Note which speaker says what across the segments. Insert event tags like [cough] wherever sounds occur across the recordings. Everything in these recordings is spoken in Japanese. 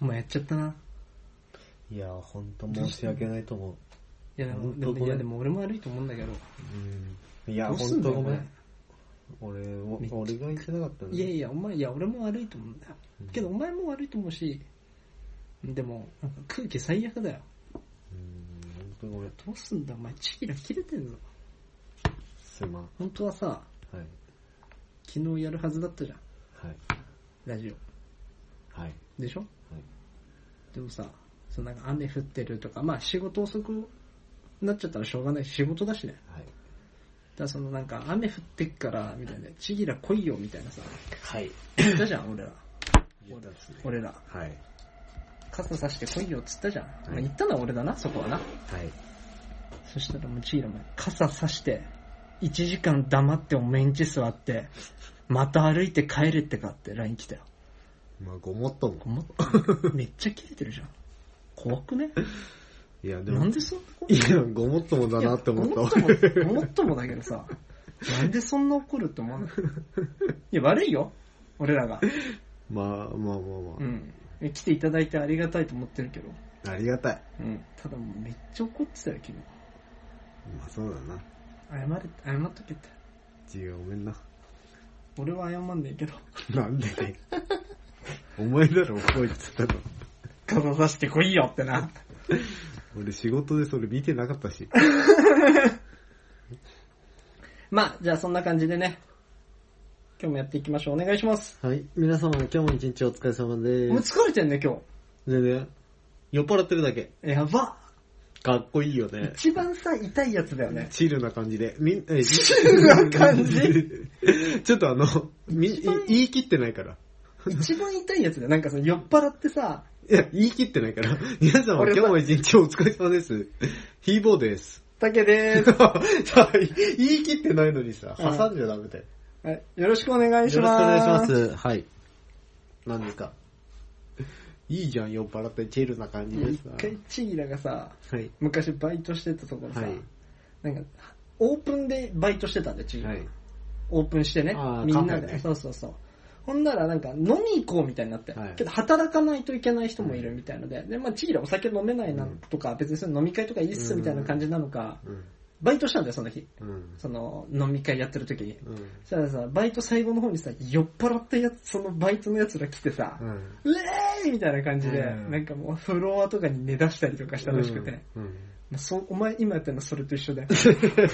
Speaker 1: お前やっちゃったな。
Speaker 2: いやー、ほんと申し訳ないと思う。
Speaker 1: いや、でも
Speaker 2: 本当ごめん
Speaker 1: いやでも俺も悪いと思うんだけど。
Speaker 2: うん。いや、
Speaker 1: どう
Speaker 2: ほ
Speaker 1: すん
Speaker 2: ん
Speaker 1: だ
Speaker 2: と
Speaker 1: よ、
Speaker 2: ご
Speaker 1: お
Speaker 2: め
Speaker 1: 前
Speaker 2: ん。。俺も
Speaker 1: めっち、ゃ
Speaker 2: 俺が言ってなかったね。
Speaker 1: いやいや、お前、いや、俺も悪いと思うんだよ
Speaker 2: うん。
Speaker 1: けど、お前も悪いと思うし、でも、なんか空気最悪だよ。
Speaker 2: うん、ほんとごめん。
Speaker 1: どうすんだ、お前、チキラ切れてんぞ。
Speaker 2: すまん。
Speaker 1: 本当はさ、
Speaker 2: はい。
Speaker 1: 昨日やるはずだったじゃん。
Speaker 2: はい。
Speaker 1: ラジ
Speaker 2: はい。
Speaker 1: オ。でしょ
Speaker 2: はい。
Speaker 1: でもさ、そのなんか雨降ってるとか、まあ仕事遅くなっちゃったらしょうがないし、仕事だしね。
Speaker 2: はい。
Speaker 1: だからそのなんか雨降ってっから、みたいな、ちぎら来いよ、みたいなさ。
Speaker 2: はい。
Speaker 1: 言ったじゃん、俺ら。
Speaker 2: 言ったっすね
Speaker 1: 俺ら。
Speaker 2: はい。
Speaker 1: 傘さして来いよっつったじゃん。まあ
Speaker 2: はい
Speaker 1: 言ったのは俺だな、そこはな。
Speaker 2: はい。
Speaker 1: そしたらもうちぎらも傘さして、1時間黙っておめんち座って、また歩いて帰れってかって LINE 来たよ。
Speaker 2: まあ、ごもっとも。
Speaker 1: も
Speaker 2: [laughs]
Speaker 1: めっちゃ切れてるじゃん。怖くね
Speaker 2: いや、で
Speaker 1: な
Speaker 2: も
Speaker 1: ん、でそんな怖い
Speaker 2: いや、ごもっともだなって思ったわ。
Speaker 1: いやもっとも、もっともだけど
Speaker 2: [laughs]
Speaker 1: さ、なんでそんな怒るって思わないいや、悪いよ。俺らが。
Speaker 2: まあ、まあまあま
Speaker 1: うん。来ていただいてありがたいと思ってるけど。
Speaker 2: あ。ありがたい。
Speaker 1: うん。ただもうめっちゃ怒ってたよ、君。
Speaker 2: まあ、そうだな。
Speaker 1: 謝れ、謝っとけって。
Speaker 2: 自由ごめんな。
Speaker 1: 俺は謝んねえけど。
Speaker 2: なんでね。お前だろ、こいつだろ。
Speaker 1: 傘さしてこいよってな。
Speaker 2: 俺仕事でそれ見てなかったし。
Speaker 1: まあ、じゃあそんな感じでね。今日もやっていきましょう。お願いします。
Speaker 2: はい。皆様、今日も一日お疲れ様で
Speaker 1: もう
Speaker 2: ーす。
Speaker 1: 疲れてんね、今
Speaker 2: でね、酔っ払ってるだけ。
Speaker 1: 日。やば。
Speaker 2: かっこいいよね。
Speaker 1: 一番さ、痛いやつだよね。
Speaker 2: チルな感じで。みん、え、チ
Speaker 1: ルな感じ
Speaker 2: [laughs] ちょっとあの、み、い言い切ってないから。
Speaker 1: [laughs] 一番痛いやつだよ。なんかその酔っ払ってさ、
Speaker 2: いや、言い切ってないから。皆様、
Speaker 1: 俺
Speaker 2: 今
Speaker 1: さ
Speaker 2: 日も一日お疲れ様です。ヒーボーです。
Speaker 1: 竹でー
Speaker 2: [laughs]
Speaker 1: す。
Speaker 2: さ言い切ってないのにさ、
Speaker 1: うん
Speaker 2: 挟んじゃダメだよ。
Speaker 1: はいよろしくお願いし
Speaker 2: よろし
Speaker 1: ます。
Speaker 2: くお願いしま。す。はい。何ですかいいじゃん、酔っ払ってチルな感じで
Speaker 1: 一
Speaker 2: さ。
Speaker 1: 回チギラがさ、
Speaker 2: はい。
Speaker 1: 昔バイトしてたところさ、
Speaker 2: はい。
Speaker 1: なんか、オープンでバイトしてたんだよ、チギラ。
Speaker 2: はい。
Speaker 1: オープンしてね
Speaker 2: あ、ー
Speaker 1: みんな
Speaker 2: カフェ
Speaker 1: で。
Speaker 2: ね
Speaker 1: そうそうそう。ほんならなんか飲み行こうみたいになって、
Speaker 2: はい
Speaker 1: けど働かないといけない人もいるみたいので、で、まあチギラお酒飲めないなとか、別にその飲み会とかいいっすみたいな感じなのか、
Speaker 2: うん。
Speaker 1: バイトしたんだよ、その日。
Speaker 2: うん。
Speaker 1: その飲み会やってる時に。
Speaker 2: うん。
Speaker 1: そしたらさ、バイト最後の方にさ、酔っ払ったやつ、そのバイトのやつら来てさ、
Speaker 2: うん。
Speaker 1: うえーいみたいな感じで、
Speaker 2: うん
Speaker 1: なんかもうフロアとかに寝出したりとかしたらしくて、ま
Speaker 2: うん。
Speaker 1: あそうお前今やってるのそれと一緒だよ。
Speaker 2: それと
Speaker 1: 酔っ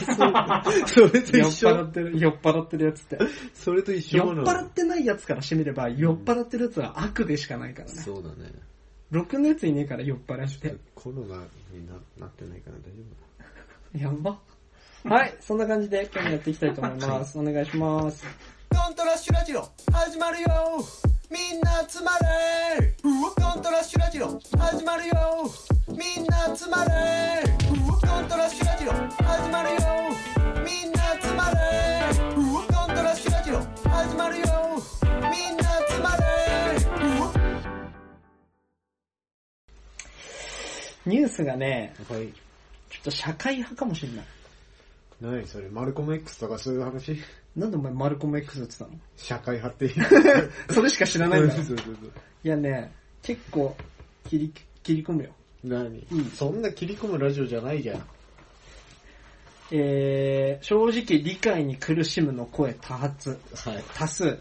Speaker 2: [laughs] 一
Speaker 1: 払
Speaker 2: 緒。
Speaker 1: ってる、酔っ払ってるやつって。
Speaker 2: それと一
Speaker 1: 酔っ
Speaker 2: 緒なの
Speaker 1: 払ってないやつからしてみれば、酔っ払ってるやつは悪でしかないからね。
Speaker 2: そうだね。
Speaker 1: ろくなやついねえから酔っ払って。
Speaker 2: コロナにななってないから大丈
Speaker 1: やば。 [laughs] はい、そんな感じで今日もやっていきたいと思います。お願いします。
Speaker 3: コントラッシュラジオ始まるよみんな集まれコントラッシュラジオ始まるよみんな集まれコントラッシュラジオ始まるよみんな集まれコントラッシュラジオ始まるよみんな集まれ
Speaker 1: ニュースがね、
Speaker 2: 夫。はい。
Speaker 1: ちょっと社会派かもしんない。
Speaker 2: 何それ、マルコム X とかそういう話
Speaker 1: なんでお前マルコム X って言って
Speaker 2: 社会派って言
Speaker 1: たの [laughs] それしか知らないん
Speaker 2: う。
Speaker 1: だろ。
Speaker 2: そうそうそう
Speaker 1: いやね、結構切り、切り込むよ。
Speaker 2: 何
Speaker 1: うん
Speaker 2: そんな切り込むラジオじゃないじゃん。
Speaker 1: えー、正直理解に苦しむの声多発、
Speaker 2: はい。
Speaker 1: 多数、
Speaker 2: はい。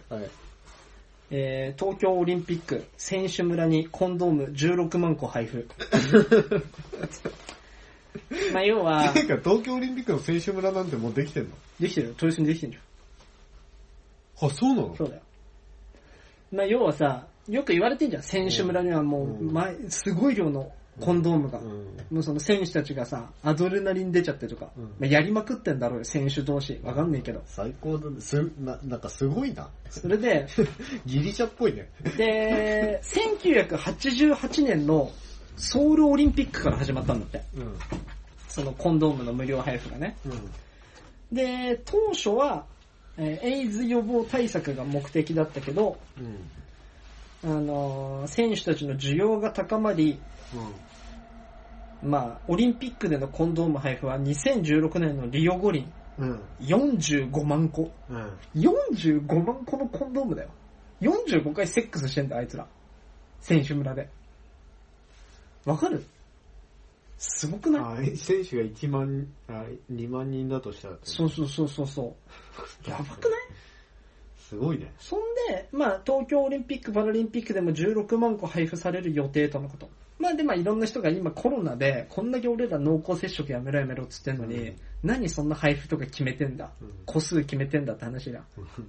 Speaker 1: えー、東京オリンピック選手村にコンドーム16万個配
Speaker 2: [laughs]
Speaker 1: 布。まあ要は
Speaker 2: て、いうか、東京オリンピックの選手村なんてもうできてんの
Speaker 1: できてるよ。豊洲にできてるよ。
Speaker 2: あ、そうなの
Speaker 1: そうだよ。まあ要はさ、よく言われてんじゃん。選手村にはもう
Speaker 2: うん
Speaker 1: 前、すごい量のコンドームが。
Speaker 2: うん。
Speaker 1: もうその選手たちがさ、アドレナリン出ちゃってとか、
Speaker 2: うん
Speaker 1: まあ、やりまくってんだろうよ、選手同士。わかんないけど。
Speaker 2: 最高だね。す、な、なんかすごいな。
Speaker 1: それ
Speaker 2: [laughs]
Speaker 1: で、
Speaker 2: ギリシャっぽいね。
Speaker 1: で、1988年のソウルオリンピックから始まったんだって。
Speaker 2: うん。
Speaker 1: そのコンドームの無料配布がね。
Speaker 2: うん。
Speaker 1: で、当初は、えーエイズ予防対策が目的だったけど、
Speaker 2: うん。
Speaker 1: あのー選手たちの需要が高まり、まあ、オリンピックでのコンドーム配布は2016年のリオ五輪
Speaker 2: うん。
Speaker 1: 45万個。
Speaker 2: うん。
Speaker 1: 45万個のコンドームだよ。45回セックスしてんだよ、あいつら。選手村で。わかるすごくない
Speaker 2: あ選手が1万、あ2万人だとしたらって
Speaker 1: そうそうそうそうそう。やばくない
Speaker 2: すごいね。
Speaker 1: そんで、まあ、東京オリンピック・パラリンピックでも16万個配布される予定とのこと。まあで、まあいろんな人が今コロナで、こんだけ俺ら濃厚接触やめろやめろっつってんのに、
Speaker 2: うん
Speaker 1: 何そんな配布とか決めてんだ。
Speaker 2: うん
Speaker 1: 個数決めてんだって話だ。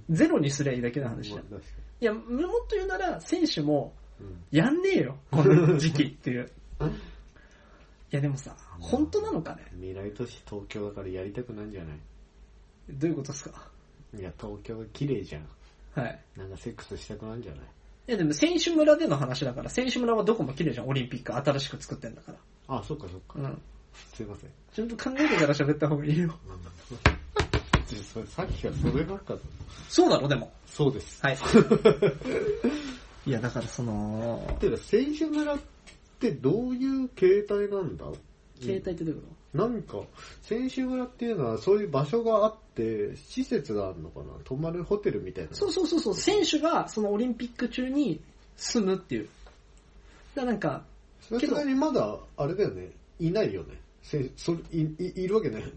Speaker 1: ゼロにすりゃいいだけの話だ。
Speaker 2: [laughs] まあ確かに
Speaker 1: いや、もっと言うなら、選手も、
Speaker 2: うん
Speaker 1: やんねえよ、この時期って
Speaker 2: [laughs]
Speaker 1: いう。いやでもさ、本当なのかね
Speaker 2: 未来都市東京だからやりたくないんじゃない
Speaker 1: どういうことですか
Speaker 2: いや、東京が綺麗じゃん。
Speaker 1: はい。
Speaker 2: なんかセックスしたくなんじゃない
Speaker 1: いやでも選手村での話だから、選手村はどこも綺麗じゃん、オリンピック新しく作ってんだから。
Speaker 2: あ、そっかそっか。
Speaker 1: うん。
Speaker 2: すいません。 [laughs]
Speaker 1: ちゃんと考えてから喋った方がいいよ。
Speaker 2: ちょそれさっきからそればっかだ
Speaker 1: そうだろ、でも。
Speaker 2: そうです。
Speaker 1: はい。 [laughs] いや、だからその、
Speaker 2: てか、選手村ってどういう形態なんだ
Speaker 1: 携帯ってどういうこ
Speaker 2: なんか、選手村っていうのはそういう場所があって、施設があるのかな泊まるホテルみたいな。
Speaker 1: とそうそうそうそう、選手がそのオリンピック中に住むっていう。だからなんか、
Speaker 2: さすがにまだ、あれだよね、いないよね。せそれいいいるわけないよね。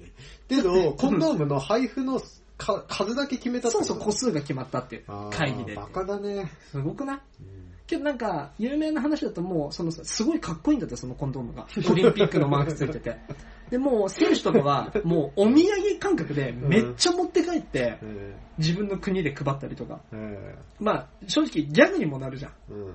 Speaker 2: けど、
Speaker 1: [laughs]
Speaker 2: コンドームの配布のか数だけ決めたって
Speaker 1: そ
Speaker 2: こ
Speaker 1: う
Speaker 2: と
Speaker 1: そう個数が決まったっていう
Speaker 2: あー
Speaker 1: 会議で。
Speaker 2: バカだね。
Speaker 1: すごくない
Speaker 2: うん
Speaker 1: けどなんか、有名な話だともう、その、すごいかっこいいんだって、そのコンドームが。 [laughs] オリンピックのマークついてて。で、もう、選手とかは、もう、お土産感覚で、めっちゃ持って帰って、
Speaker 2: え
Speaker 1: 自分の国で配ったりとか。
Speaker 2: ーえ
Speaker 1: まあ、正直、ギャグにもなるじゃん。
Speaker 2: ー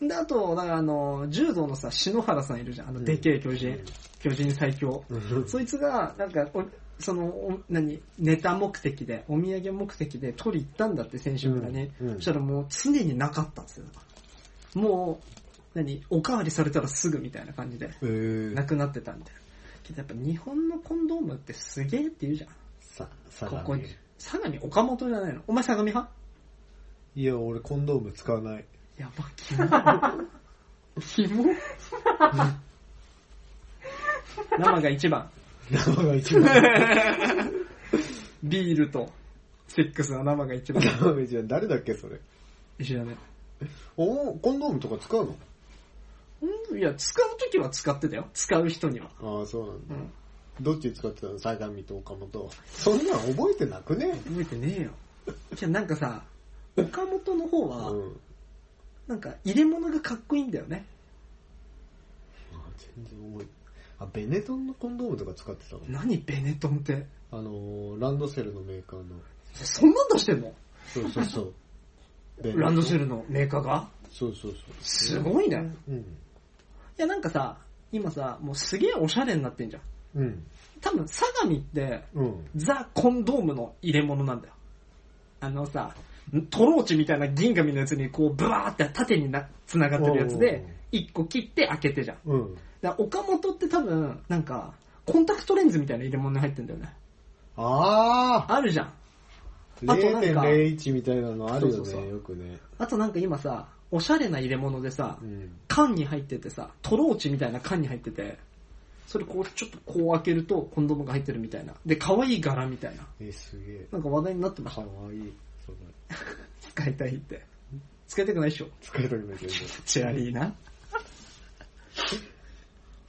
Speaker 2: うん。
Speaker 1: で、あと、だからあの、柔道のさ、篠原さんいるじゃん。あの、でけえ巨人。巨人最強。
Speaker 2: う
Speaker 1: [laughs]
Speaker 2: ん
Speaker 1: そいつが、なんか、おその、お何、ネタ目的で、お土産目的で取り行ったんだって、選手村に。
Speaker 2: うんうん
Speaker 1: そしたらもう常になかったんですよ。もう、何、おかわりされたらすぐみたいな感じで、
Speaker 2: え
Speaker 1: な
Speaker 2: ー、
Speaker 1: くなってたみたいな。けどやっぱ日本のコンドームってすげえって言うじゃん。
Speaker 2: さ、さ
Speaker 1: ここに。相模岡本じゃないのお前相模派
Speaker 2: いや、俺コンドーム使わない。
Speaker 1: やば、キモ。キモ生が一番。
Speaker 2: 生が一番。
Speaker 1: ビールとセックスの生が一番。
Speaker 2: 生が一番。誰だっけ、それ。
Speaker 1: 知らない。
Speaker 2: おコンドームとか使うの
Speaker 1: うんいや、使うときは使ってたよ。使う人には。
Speaker 2: ああ、そうなん
Speaker 1: う
Speaker 2: だ。
Speaker 1: ん。
Speaker 2: どっち使ってたの相模と岡本。そんなん覚えてなくね
Speaker 1: 覚えてねえよ。じゃあなんかさ、岡本の方は、
Speaker 2: うん。
Speaker 1: なんか入れ物がかっこいいんだよね。
Speaker 2: あ全然覚えてあ、ベネトンのコンドームとか使ってたの
Speaker 1: 何ベネトンって。
Speaker 2: あのー、ランドセルのメーカーの。
Speaker 1: そんなん出してんの
Speaker 2: そうそ
Speaker 1: [laughs]
Speaker 2: うそう。ベネト
Speaker 1: ランドセルのメーカーが
Speaker 2: そうそう
Speaker 1: すごいね。
Speaker 2: そう。うん。
Speaker 1: いやなんかさ、今さ、もうすげえおしゃれになってんじゃん。
Speaker 2: うん。
Speaker 1: 多分、相模って、
Speaker 2: うん。
Speaker 1: ザ・コンドームの入れ物なんだよ。あのさ、トローチみたいな銀紙のやつにこう、ブワーって縦にな、繋がってるやつで、一個切って開けてじゃん。
Speaker 2: うん。
Speaker 1: だから岡本って多分、なんか、コンタクトレンズみたいな入れ物に入ってんだよね。
Speaker 2: ああ
Speaker 1: あるじゃん。あとなんか
Speaker 2: !0.01 みたいなのあるよ
Speaker 1: そうそうそう
Speaker 2: ね、よくね。
Speaker 1: あとなんか今さ、おしゃれな入れ物でさ
Speaker 2: う、ん。
Speaker 1: 缶に入っててさ、トローチみたいな缶に入ってて、それこう、ちょっとこう開けると、コンドームが入ってるみたいな。で、可愛い柄みたいな。
Speaker 2: え、すげえ。
Speaker 1: なんか話題になってまし
Speaker 2: か
Speaker 1: た。
Speaker 2: わいい。それ
Speaker 1: 使いたいって。使いたくないっしょ。
Speaker 2: 使いたくないけど。
Speaker 1: チェアリーな。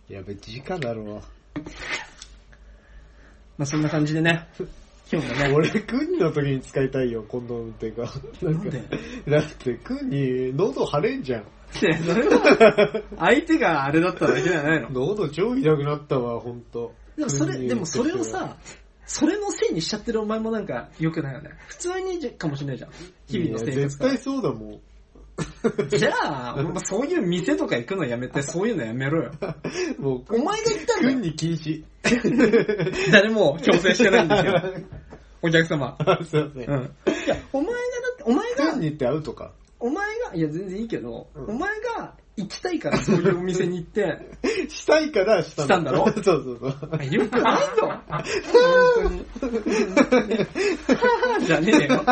Speaker 2: やべ、直だろ
Speaker 1: まあそんな感じでね、今日もね、
Speaker 2: 俺、軍の時に使いたいよ、コンドームっていうか。
Speaker 1: なんで
Speaker 2: だって、軍に喉腫れんじゃん。
Speaker 1: いやそれは相手があれだっただけじゃないの。
Speaker 2: 喉超痛くなったわ、ほんと。
Speaker 1: でもそれ、
Speaker 2: 軍に
Speaker 1: でもそれを
Speaker 2: 行って
Speaker 1: さ、それのせいにしちゃってるお前もなんか良くないよね。普通にじゃかもしれないじゃん。日々の
Speaker 2: いや
Speaker 1: 生活
Speaker 2: 絶
Speaker 1: から
Speaker 2: 対そうだもん。
Speaker 1: じゃあ、お前そういう店とか行くのやめ [laughs] て、そういうのやめろよ。
Speaker 2: もう、
Speaker 1: お前が言ったんだよ
Speaker 2: 軍。に禁止。
Speaker 1: 誰も強制してないんですよ。 [laughs] お客様。
Speaker 2: [laughs] あすいま
Speaker 1: うんん。
Speaker 2: せ。
Speaker 1: いや、お前がだって、お前
Speaker 2: 軍
Speaker 1: が、
Speaker 2: にって会うとか。
Speaker 1: お前が、いや全然いいけど、
Speaker 2: うん
Speaker 1: お前が行きたいからそういうお店に行って、
Speaker 2: したいからした
Speaker 1: したんだろ
Speaker 2: [laughs] そうそうそう。
Speaker 1: よくないぞ本当に。はぁじゃねえよ。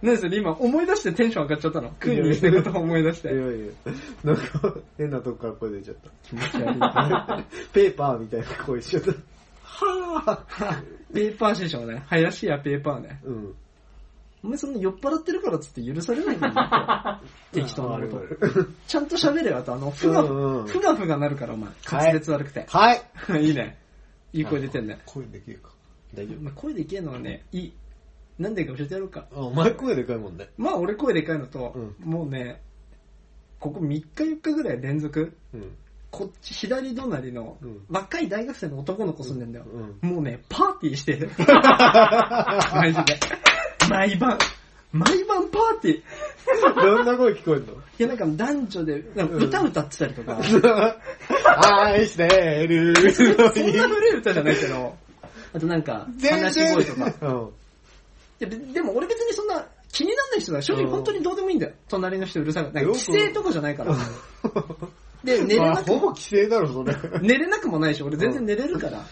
Speaker 1: 何それ今思い出してテンション上がっちゃったの。クイズしてること思い出し
Speaker 2: いやい
Speaker 1: て。
Speaker 2: や、なんか、変なとこから声出ちゃった。
Speaker 1: 気持ち悪い。は
Speaker 2: ペーパーみたいな声しちゃった。
Speaker 1: ぁペーパー師匠ね。林家ペーパーね。
Speaker 2: うん。
Speaker 1: お前そんな酔っ払ってるからっつって許されないんだよなって、適当なこと。
Speaker 2: あるある
Speaker 1: ちゃんと喋れよ、あとあの、ふが、
Speaker 2: うんうん
Speaker 1: ふがふがなるからお前、滑舌悪くて。
Speaker 2: はい。
Speaker 1: [laughs] いいね。いい声出てんね。
Speaker 2: 声できるか。大丈
Speaker 1: まあ、声でけえのはね、いい。なんでか教えてやろうか。
Speaker 2: 夫。あお前声でかいもんね。
Speaker 1: まあ俺声でかいのと、
Speaker 2: う
Speaker 1: もうね、ここ3日4日ぐらい連続、
Speaker 2: うん。
Speaker 1: こっち左隣の
Speaker 2: うん
Speaker 1: 若い大学生の男の子住んでんだよ。
Speaker 2: うん
Speaker 1: もうね、パーティーして
Speaker 2: [laughs]
Speaker 1: る。マジで。毎晩。毎晩パーティー。い
Speaker 2: どんな声聞こえるの
Speaker 1: やなんか男女で、なんか歌歌ってたりと
Speaker 2: [laughs]
Speaker 1: か、
Speaker 2: 愛してるの
Speaker 1: そんな古い歌じゃないけど、あとなんか、話し声とか。い
Speaker 2: うん
Speaker 1: やででも俺別にそんな気にならない人だ。正直本当にどうでもいいんだよ。隣の人うるさくない。
Speaker 2: よく
Speaker 1: 規制とかじゃないから。で、寝れ
Speaker 2: ま
Speaker 1: な
Speaker 2: あ
Speaker 1: く
Speaker 2: ほぼ規制だろ、それ。
Speaker 1: [laughs] 寝れなくもないし、俺全然寝れるから。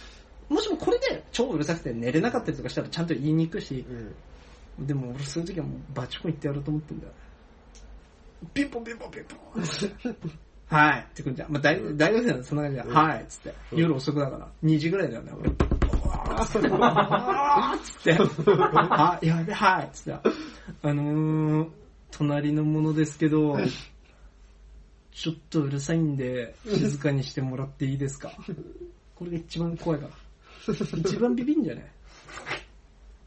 Speaker 1: もしもこれで超うるさくて寝れなかったりとかしたらちゃんと言いに行くし、でも俺そういう時はもうバチコン行ってやろうと思ってんだよ。ピンポンピンポンピンポンって。はい。ってくんじゃん。まあ、大大学生なんでそんな感じだ。はい。っつって。夜遅くだから。2時ぐらいだよね、俺。あーっ [laughs] つって。あ、やべ、はい。っつって。あのー、隣のものですけど、ちょっとうるさいんで、静かにしてもらっていいですか。これが一番怖いから。一番ビビんじゃね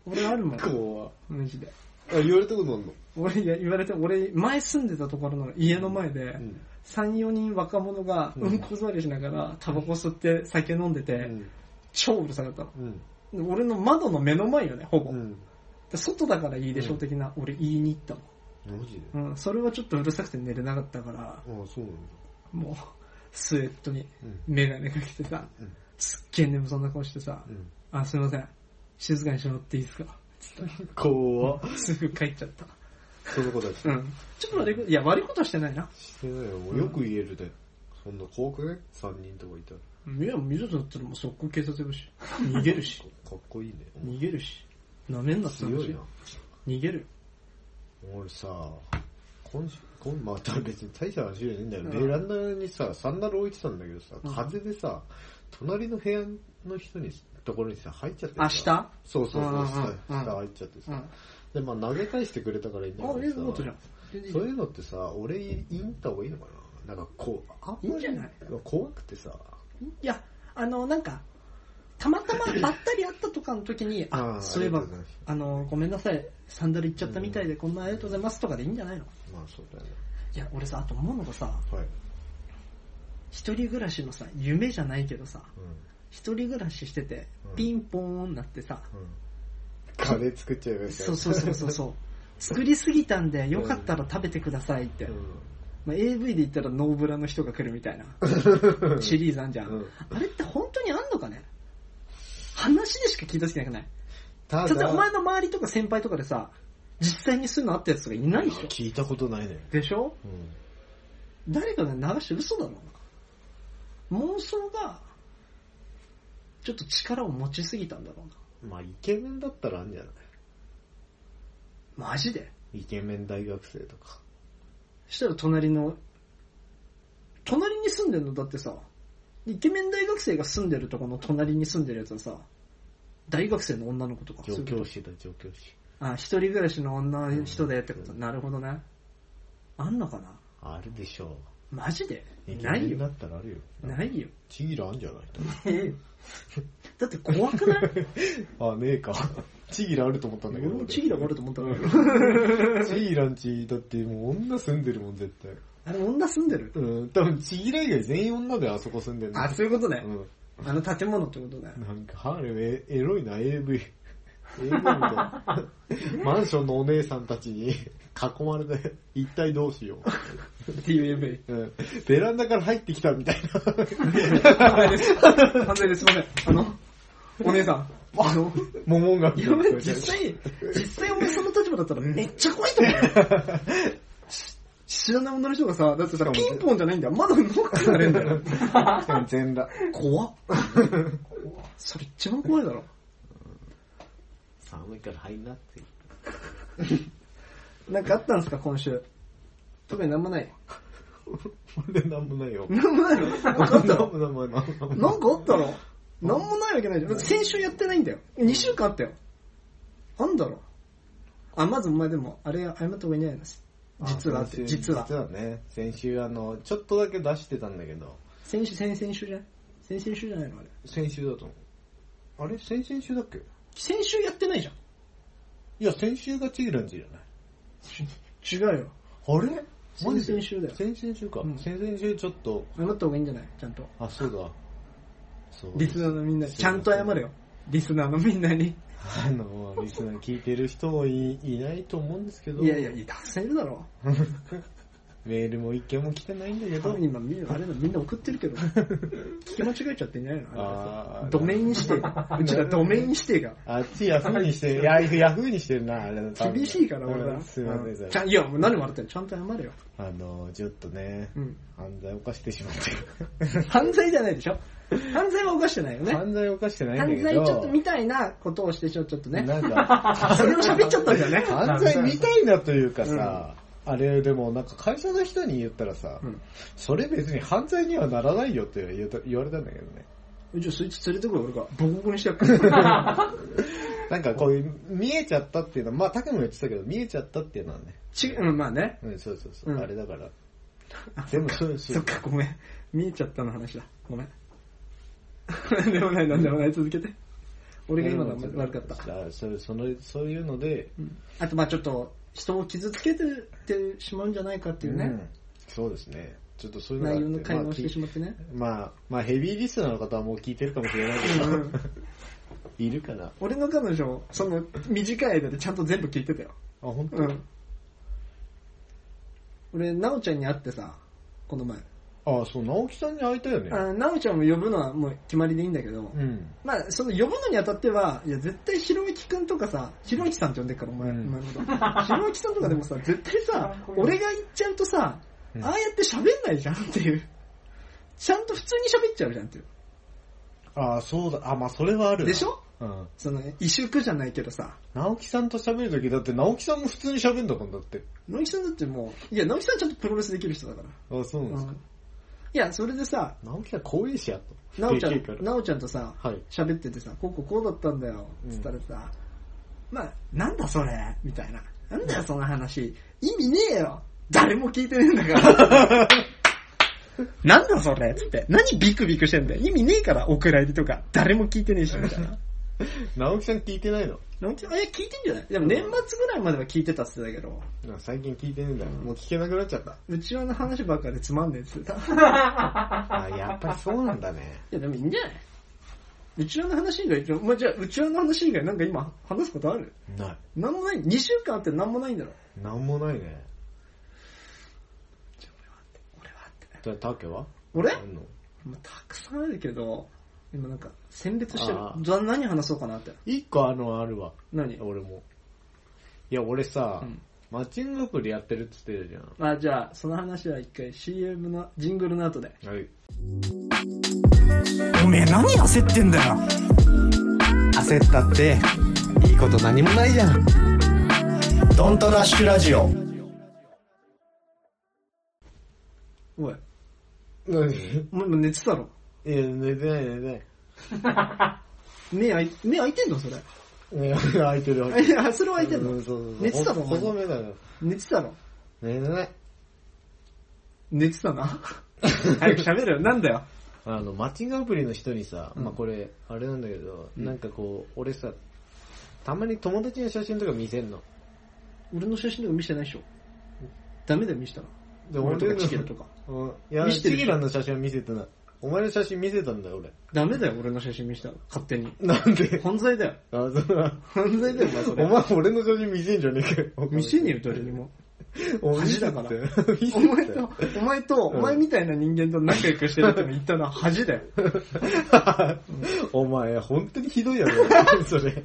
Speaker 1: 俺あるもん。
Speaker 2: こ
Speaker 1: マジで。
Speaker 2: うは。あ、言われたことあんの
Speaker 1: 俺、いや言われて、俺、前住んでたところの家の前で
Speaker 2: ん、
Speaker 1: 3、4人若者が
Speaker 2: うん
Speaker 1: うんこ座りしながら、タバコ吸って酒飲んで
Speaker 2: う
Speaker 1: て、
Speaker 2: ん。
Speaker 1: 超うるさかったの。
Speaker 2: うん。
Speaker 1: 俺の窓の目の前よね、ほぼ。
Speaker 2: うん。
Speaker 1: で外だからいいでしょ、的な、俺言いに行った
Speaker 2: マジで
Speaker 1: の。うん、それはちょっとうるさくて寝れなかったから、
Speaker 2: あそうなんだ。
Speaker 1: もう、スウェットに
Speaker 2: うん
Speaker 1: メガネかけてさ
Speaker 2: うん、
Speaker 1: すっげえ眠そうな顔してさ
Speaker 2: う、ん。
Speaker 1: あ、すいません、静かにしてもらっていいですかつっ
Speaker 2: 怖
Speaker 1: たすぐ帰っちゃった。
Speaker 2: その子たち
Speaker 1: う。ん。ちょっと悪いこと、いや、悪いことはしてないな。
Speaker 2: してないよ。もうよく言えるで。そんな怖くね ?3 人とかいたら。
Speaker 1: いや、見るとだったらもう速攻警察呼ぶ [laughs] し。逃げるし。
Speaker 2: かっこいいね。
Speaker 1: 逃げるし。舐めんなって
Speaker 2: 強いな。
Speaker 1: 逃げるよ。
Speaker 2: 俺さ、今週、今また別に大した話じゃねえんだよ。
Speaker 1: うん
Speaker 2: ベランダにさ、サンダル置いてたんだけどさ、
Speaker 1: うん
Speaker 2: 風でさ、隣の部屋の人に、ところにさ、入っちゃってさ。
Speaker 1: あ下
Speaker 2: そうそう
Speaker 1: うんうん
Speaker 2: そうう、
Speaker 1: ん
Speaker 2: 下、
Speaker 1: うん
Speaker 2: 下入っちゃって
Speaker 1: うん。
Speaker 2: さ
Speaker 1: あ。、
Speaker 2: で、まあ投げ返してくれたからいいんだけどさ。
Speaker 1: レズボートじゃん。
Speaker 2: そういうのってさ、俺、いった方がいいのかななんかこう、あ
Speaker 1: いいんじゃない
Speaker 2: 怖くてさ、
Speaker 1: いや、あの、なんか、たまた [laughs] まばったり会ったとかの時に、
Speaker 2: あ
Speaker 1: あ、
Speaker 2: ー
Speaker 1: そういえば
Speaker 2: ありがとうございます、
Speaker 1: あの、ごめんなさい、サンダル行っちゃったみたいで、こんなありがとうございますとかでいいんじゃないの
Speaker 2: まあそうだよね。
Speaker 1: いや、俺さ、あと思うのがさ、
Speaker 2: はい。
Speaker 1: 一人暮らしのさ、夢じゃないけどさ、
Speaker 2: う
Speaker 1: 一人暮らししてて
Speaker 2: うん、
Speaker 1: ピンポーンなってさ、
Speaker 2: ん。うん。カレー作っちゃいました
Speaker 1: そうそうそうそう [laughs] そう。作りすぎたんで、よかったら食べてくださいって。
Speaker 2: う
Speaker 1: まあ、AV で言ったらノーブラの人が来るみたいな
Speaker 2: ん。
Speaker 1: シリーズあんじゃん。
Speaker 2: うん
Speaker 1: あれって本当にあんのかね話でしか聞いたつきなくない
Speaker 2: た
Speaker 1: ちょっとお前の周りとか先輩とかでさ、実際にそういうのあったやつとかいないでしょ
Speaker 2: 聞いたことないね。
Speaker 1: でしょ
Speaker 2: うん。
Speaker 1: 誰かが流して嘘だろうな。妄想が、ちょっと力を持ちすぎたんだろ
Speaker 2: まあイケメンだったらあんじゃな
Speaker 1: うな。マジで
Speaker 2: いイケメン大学生とか。
Speaker 1: そしたら隣の、隣に住んでるのだってさ、イケメン大学生が住んでるとこの隣に住んでるやつはさ、大学生の女の子とか。
Speaker 2: 上
Speaker 1: そういうこと
Speaker 2: 京師だ、上京師。
Speaker 1: あ、一人暮らしの女の人でってこと、
Speaker 2: うん
Speaker 1: なるほどね。あんのかな
Speaker 2: あるでしょ
Speaker 1: マジで
Speaker 2: う。イケ
Speaker 1: な
Speaker 2: メ
Speaker 1: い
Speaker 2: ンだ
Speaker 1: よ。
Speaker 2: ったらあるよ。
Speaker 1: ないよ。
Speaker 2: チギラあんじゃない
Speaker 1: だって怖く
Speaker 2: [laughs]
Speaker 1: ない
Speaker 2: あ、ねえか。 [laughs] チギラあると思ったんだけ
Speaker 1: 俺
Speaker 2: ど。
Speaker 1: もチギラがあると思ったんだけど。
Speaker 2: チギラんち、だってもう女住んでるもん、絶対。
Speaker 1: あれ女住んでる
Speaker 2: うん、多分チギラ以外全員女であそこ住んでる
Speaker 1: あ、そういうことね。
Speaker 2: う
Speaker 1: あの建物ってことね。
Speaker 2: ん。なんか、ハーレム、えエロいな、AV。AV みたい
Speaker 1: [laughs]
Speaker 2: な。マンションのお姉さんたちに囲まれて、一体どうしよ
Speaker 1: っていう AV。
Speaker 2: う。うん。ベランダから入ってきたみたい
Speaker 1: [laughs]
Speaker 2: な。
Speaker 1: 犯罪です。犯罪です。すいません。あの、お姉さん。あの、
Speaker 2: モモンガ
Speaker 1: い
Speaker 2: み
Speaker 1: [laughs] や
Speaker 2: たいな
Speaker 1: 俺実際、実際お前その立場だったらめっちゃ怖いと思うよ。し知らない女の人がさ、だってさ、ピンポンじゃないんだよ。窓ノックされんだよ。
Speaker 2: 完全だ。
Speaker 1: 怖っ。それ一番怖いだろ。
Speaker 2: 寒いから入んなって。
Speaker 1: なんかあったんすか、今週。特になんもない。
Speaker 2: 俺なんもないよ。
Speaker 1: なんもないのなんかあ
Speaker 2: な
Speaker 1: っ
Speaker 2: ん
Speaker 1: たろ
Speaker 2: もなんもないなんもない。
Speaker 1: なんかあったろなんもないわけないじゃん。だって先週やってないんだよ。2週間あったよ。あんだろあ、まずお前でも、あれ謝った方がいいんじゃないの実はって、
Speaker 2: 先週
Speaker 1: 実は
Speaker 2: 実。はね、先週あの、ちょっとだけ出してたんだけど、
Speaker 1: 先週、先々週じゃない先々週じゃないのあれ。
Speaker 2: 先週だと思う。あれ先々週だっけ
Speaker 1: 先週やってないじゃん。
Speaker 2: いや、先週がチギランジじゃない。
Speaker 1: 違うよ。
Speaker 2: あれマジ
Speaker 1: 先々
Speaker 2: で
Speaker 1: 週だよ
Speaker 2: 先々週か。
Speaker 1: うん
Speaker 2: 先々週ちょっと、
Speaker 1: 謝った方がいいんじゃないちゃんと。
Speaker 2: あ、そうだ。そう。
Speaker 1: リスナーのみんなに、ちゃんと謝れよ。リスナーのみんなに。
Speaker 2: あの、リスナー聞いてる人もいいないと思うんですけど、
Speaker 1: いやいや、いやたくさんいるだろ。
Speaker 2: メールも一件も来てないんだけど、
Speaker 1: 今みんな、あれだ、みんな送ってる [laughs] けど。聞き間違えちゃってんじゃないのあ
Speaker 2: あ
Speaker 1: れ
Speaker 2: ー
Speaker 1: ドメイン指定。うちらドメイン指定が。
Speaker 2: あっちヤフーにしてる、ヤヤフーにしてるな、あれ多分
Speaker 1: 厳しいから、俺
Speaker 2: う
Speaker 1: ら。
Speaker 2: んすいません、すいま
Speaker 1: ち
Speaker 2: せん
Speaker 1: ゃんいや、もう何笑ってんのちゃんと謝れよ。
Speaker 2: あの、ちょっとね、
Speaker 1: うん
Speaker 2: 犯罪を犯してしまって
Speaker 1: 犯罪じゃないでしょ犯罪は犯してないよね。
Speaker 2: 犯罪を犯してないんだ
Speaker 1: 犯
Speaker 2: け
Speaker 1: 罪
Speaker 2: ど、
Speaker 1: ちょっとみたいなことをしてちょ、ちょっとね。
Speaker 2: なんか、
Speaker 1: それを喋っちゃったんだよね。
Speaker 2: 犯罪みたいなというかさ、あれでもなんか会社の人に言ったらさ、
Speaker 1: うん
Speaker 2: それ別に犯罪にはならないよって言うと言われたんだけどね。
Speaker 1: うちそいつ連れてこい、俺が。ボコボコにしてやっから。
Speaker 2: なんかこういう、見えちゃったっていうのは、まあ、竹も言ってたけど、見えちゃったっていうのはね、
Speaker 1: [laughs] ち、うん、まあね。
Speaker 2: うん、そうそうそう、
Speaker 1: うん
Speaker 2: あれだ
Speaker 1: [laughs]
Speaker 2: から。でもそうそ
Speaker 1: そっ
Speaker 2: う。
Speaker 1: か、ごめん。見えちゃったの話だ。ごめん。 [laughs] なんでもない、なんでもない、続けて。俺が今のは悪かった。
Speaker 2: あそうそのそういうので、
Speaker 1: うんあと、まあちょっと、人を傷つけてってしまうんじゃないかっていう
Speaker 2: う
Speaker 1: ね、
Speaker 2: んそうですね。ちょっとそういう
Speaker 1: 内
Speaker 2: のがあって
Speaker 1: 容の会話をしてし
Speaker 2: ま
Speaker 1: まってね。
Speaker 2: あきまあ、まあ、ヘビーリスナーの方はもう聞いてるかもしれないけ
Speaker 1: う
Speaker 2: ど
Speaker 1: ん、
Speaker 2: いるかな。あ、
Speaker 1: 俺の彼女、その短い間でちゃんと全部聞いてたよ。
Speaker 2: 本当、
Speaker 1: うん。俺、なおちゃんに会ってさ、この前。
Speaker 2: あ、そう、直樹さんに会いたいよね。
Speaker 1: あなおちゃんも呼ぶのはもう決まりでいいんだけど、
Speaker 2: うん。
Speaker 1: まあその呼ぶのにあたっては、いや、絶対ひろゆきくんとかさ、ひろゆきさんって呼んでるから、お前、
Speaker 2: うん
Speaker 1: お前のこと。ひろゆきさんとかでもさ、絶対さ、俺が言っちゃうとさ、
Speaker 2: うん
Speaker 1: ああやって喋んないじゃんっていう。ちゃんと普通に喋っちゃうじゃんっていう。
Speaker 2: あ、そうだ。あ、まあ、それはあるな
Speaker 1: でしょ
Speaker 2: うん。
Speaker 1: その、萎縮じゃないけどさ、
Speaker 2: 直樹さんと喋るとき、だって直樹さんも普通に喋んだもんだって。
Speaker 1: 直木さんだってもう、いや、直木さんちゃんとプロレスできる人だから。
Speaker 2: あ、そうなんです
Speaker 1: う
Speaker 2: か
Speaker 1: ん。いや、それでさ、
Speaker 2: 直樹さん怖いしやと。
Speaker 1: なおちゃ
Speaker 2: でけえ
Speaker 1: ん、
Speaker 2: から
Speaker 1: なおちゃんとさ
Speaker 2: はい、
Speaker 1: 喋、っててさ、こうこうこうだったんだよ、
Speaker 2: うん
Speaker 1: つったらさ、まあ、なんだそれみたいな。なんだよその話。意味ねえよ誰も聞いてねえんだから。 [laughs] なんだそれつって。何ビクビクしてんだよ。意味ねえから、お蔵入りとか。誰も聞いてねえし、みたいな。
Speaker 2: 直樹さん聞いてないの
Speaker 1: なんて、あ、いや、聞いてんじゃないでも年末ぐらいまでは聞いてたって言ってたけど、
Speaker 2: あ最近聞いてねえんだ。もう聞けなくなっちゃった。
Speaker 1: うちわの話ばっかでつまんねえ [laughs] って言ってた。
Speaker 2: あ、やっぱりそうなんだね。
Speaker 1: いや、でもいいんじゃないうちわの話以外、お前じゃあ、うちわの話以外なんか今話すことある
Speaker 2: ない。
Speaker 1: なんもない。2週間あってなんもないんだろ。
Speaker 2: なんもないね。
Speaker 1: 俺はって。
Speaker 2: じゃあ、タケは
Speaker 1: 俺
Speaker 2: あんの
Speaker 1: もうたくさんあるけど、今なんか選別してる
Speaker 2: あ。ー
Speaker 1: じゃあ何話そうかなって。
Speaker 2: 一個あの、あるわ。
Speaker 1: 何
Speaker 2: 俺も。いや、俺さ、
Speaker 1: うん
Speaker 2: マッチングアプリやってるって言ってるじ
Speaker 1: まあじゃあ、その話は一回 CM のジングルの後で。
Speaker 2: ゃん。はい。
Speaker 3: おめえ何焦ってんだよ焦ったっていいこと何もないじゃんドントラッシュラジオ
Speaker 1: おい、
Speaker 2: 何 [laughs]
Speaker 1: お前もう寝てたろ。
Speaker 2: いや、寝てない寝てない。
Speaker 1: 目あい、目開いてんのそれ。
Speaker 2: ね、空いてる
Speaker 1: いや、それは開いてん
Speaker 2: う
Speaker 1: の
Speaker 2: んそうそうそう
Speaker 1: 寝てたろ、お
Speaker 2: 細
Speaker 1: 前。
Speaker 2: めだよ。
Speaker 1: 寝てたろ。
Speaker 2: 寝てない。
Speaker 1: 寝てたな。 [laughs] 早く喋れよ。なんだよ。
Speaker 2: あの、マッチングアプリの人にさ、
Speaker 1: うん
Speaker 2: まあこれ、あれなんだけど、なんかこう、俺さ、たまに友達の写真とか見せんの。
Speaker 1: 俺の写真とか見せてないでしょ。ダメだよ、見せたら。
Speaker 2: で
Speaker 1: 俺とか
Speaker 2: の
Speaker 1: チキルとか。
Speaker 2: うん。いや、
Speaker 1: 見せてる
Speaker 2: チキラの写真は見せてない。お前の写真見せたんだよ、俺。
Speaker 1: [laughs] ダメだよ、俺の写真見せたら。勝手に。
Speaker 2: なんで
Speaker 1: 犯罪だよ。
Speaker 2: あ、そうだ。
Speaker 1: 犯罪だよ、お前そ
Speaker 2: お
Speaker 1: れ。
Speaker 2: 前俺の写真見せんじゃねえかよ。
Speaker 1: 見せねえよ、誰にも。
Speaker 2: お前
Speaker 1: 恥だから
Speaker 2: 見せて見せて
Speaker 1: お前
Speaker 2: [laughs]
Speaker 1: と、お前と、お前みたいな人間と仲良くしてるって言ったのは恥
Speaker 2: [laughs]
Speaker 1: だよ。
Speaker 2: お前、本当にひどいやろ。 [laughs] それ。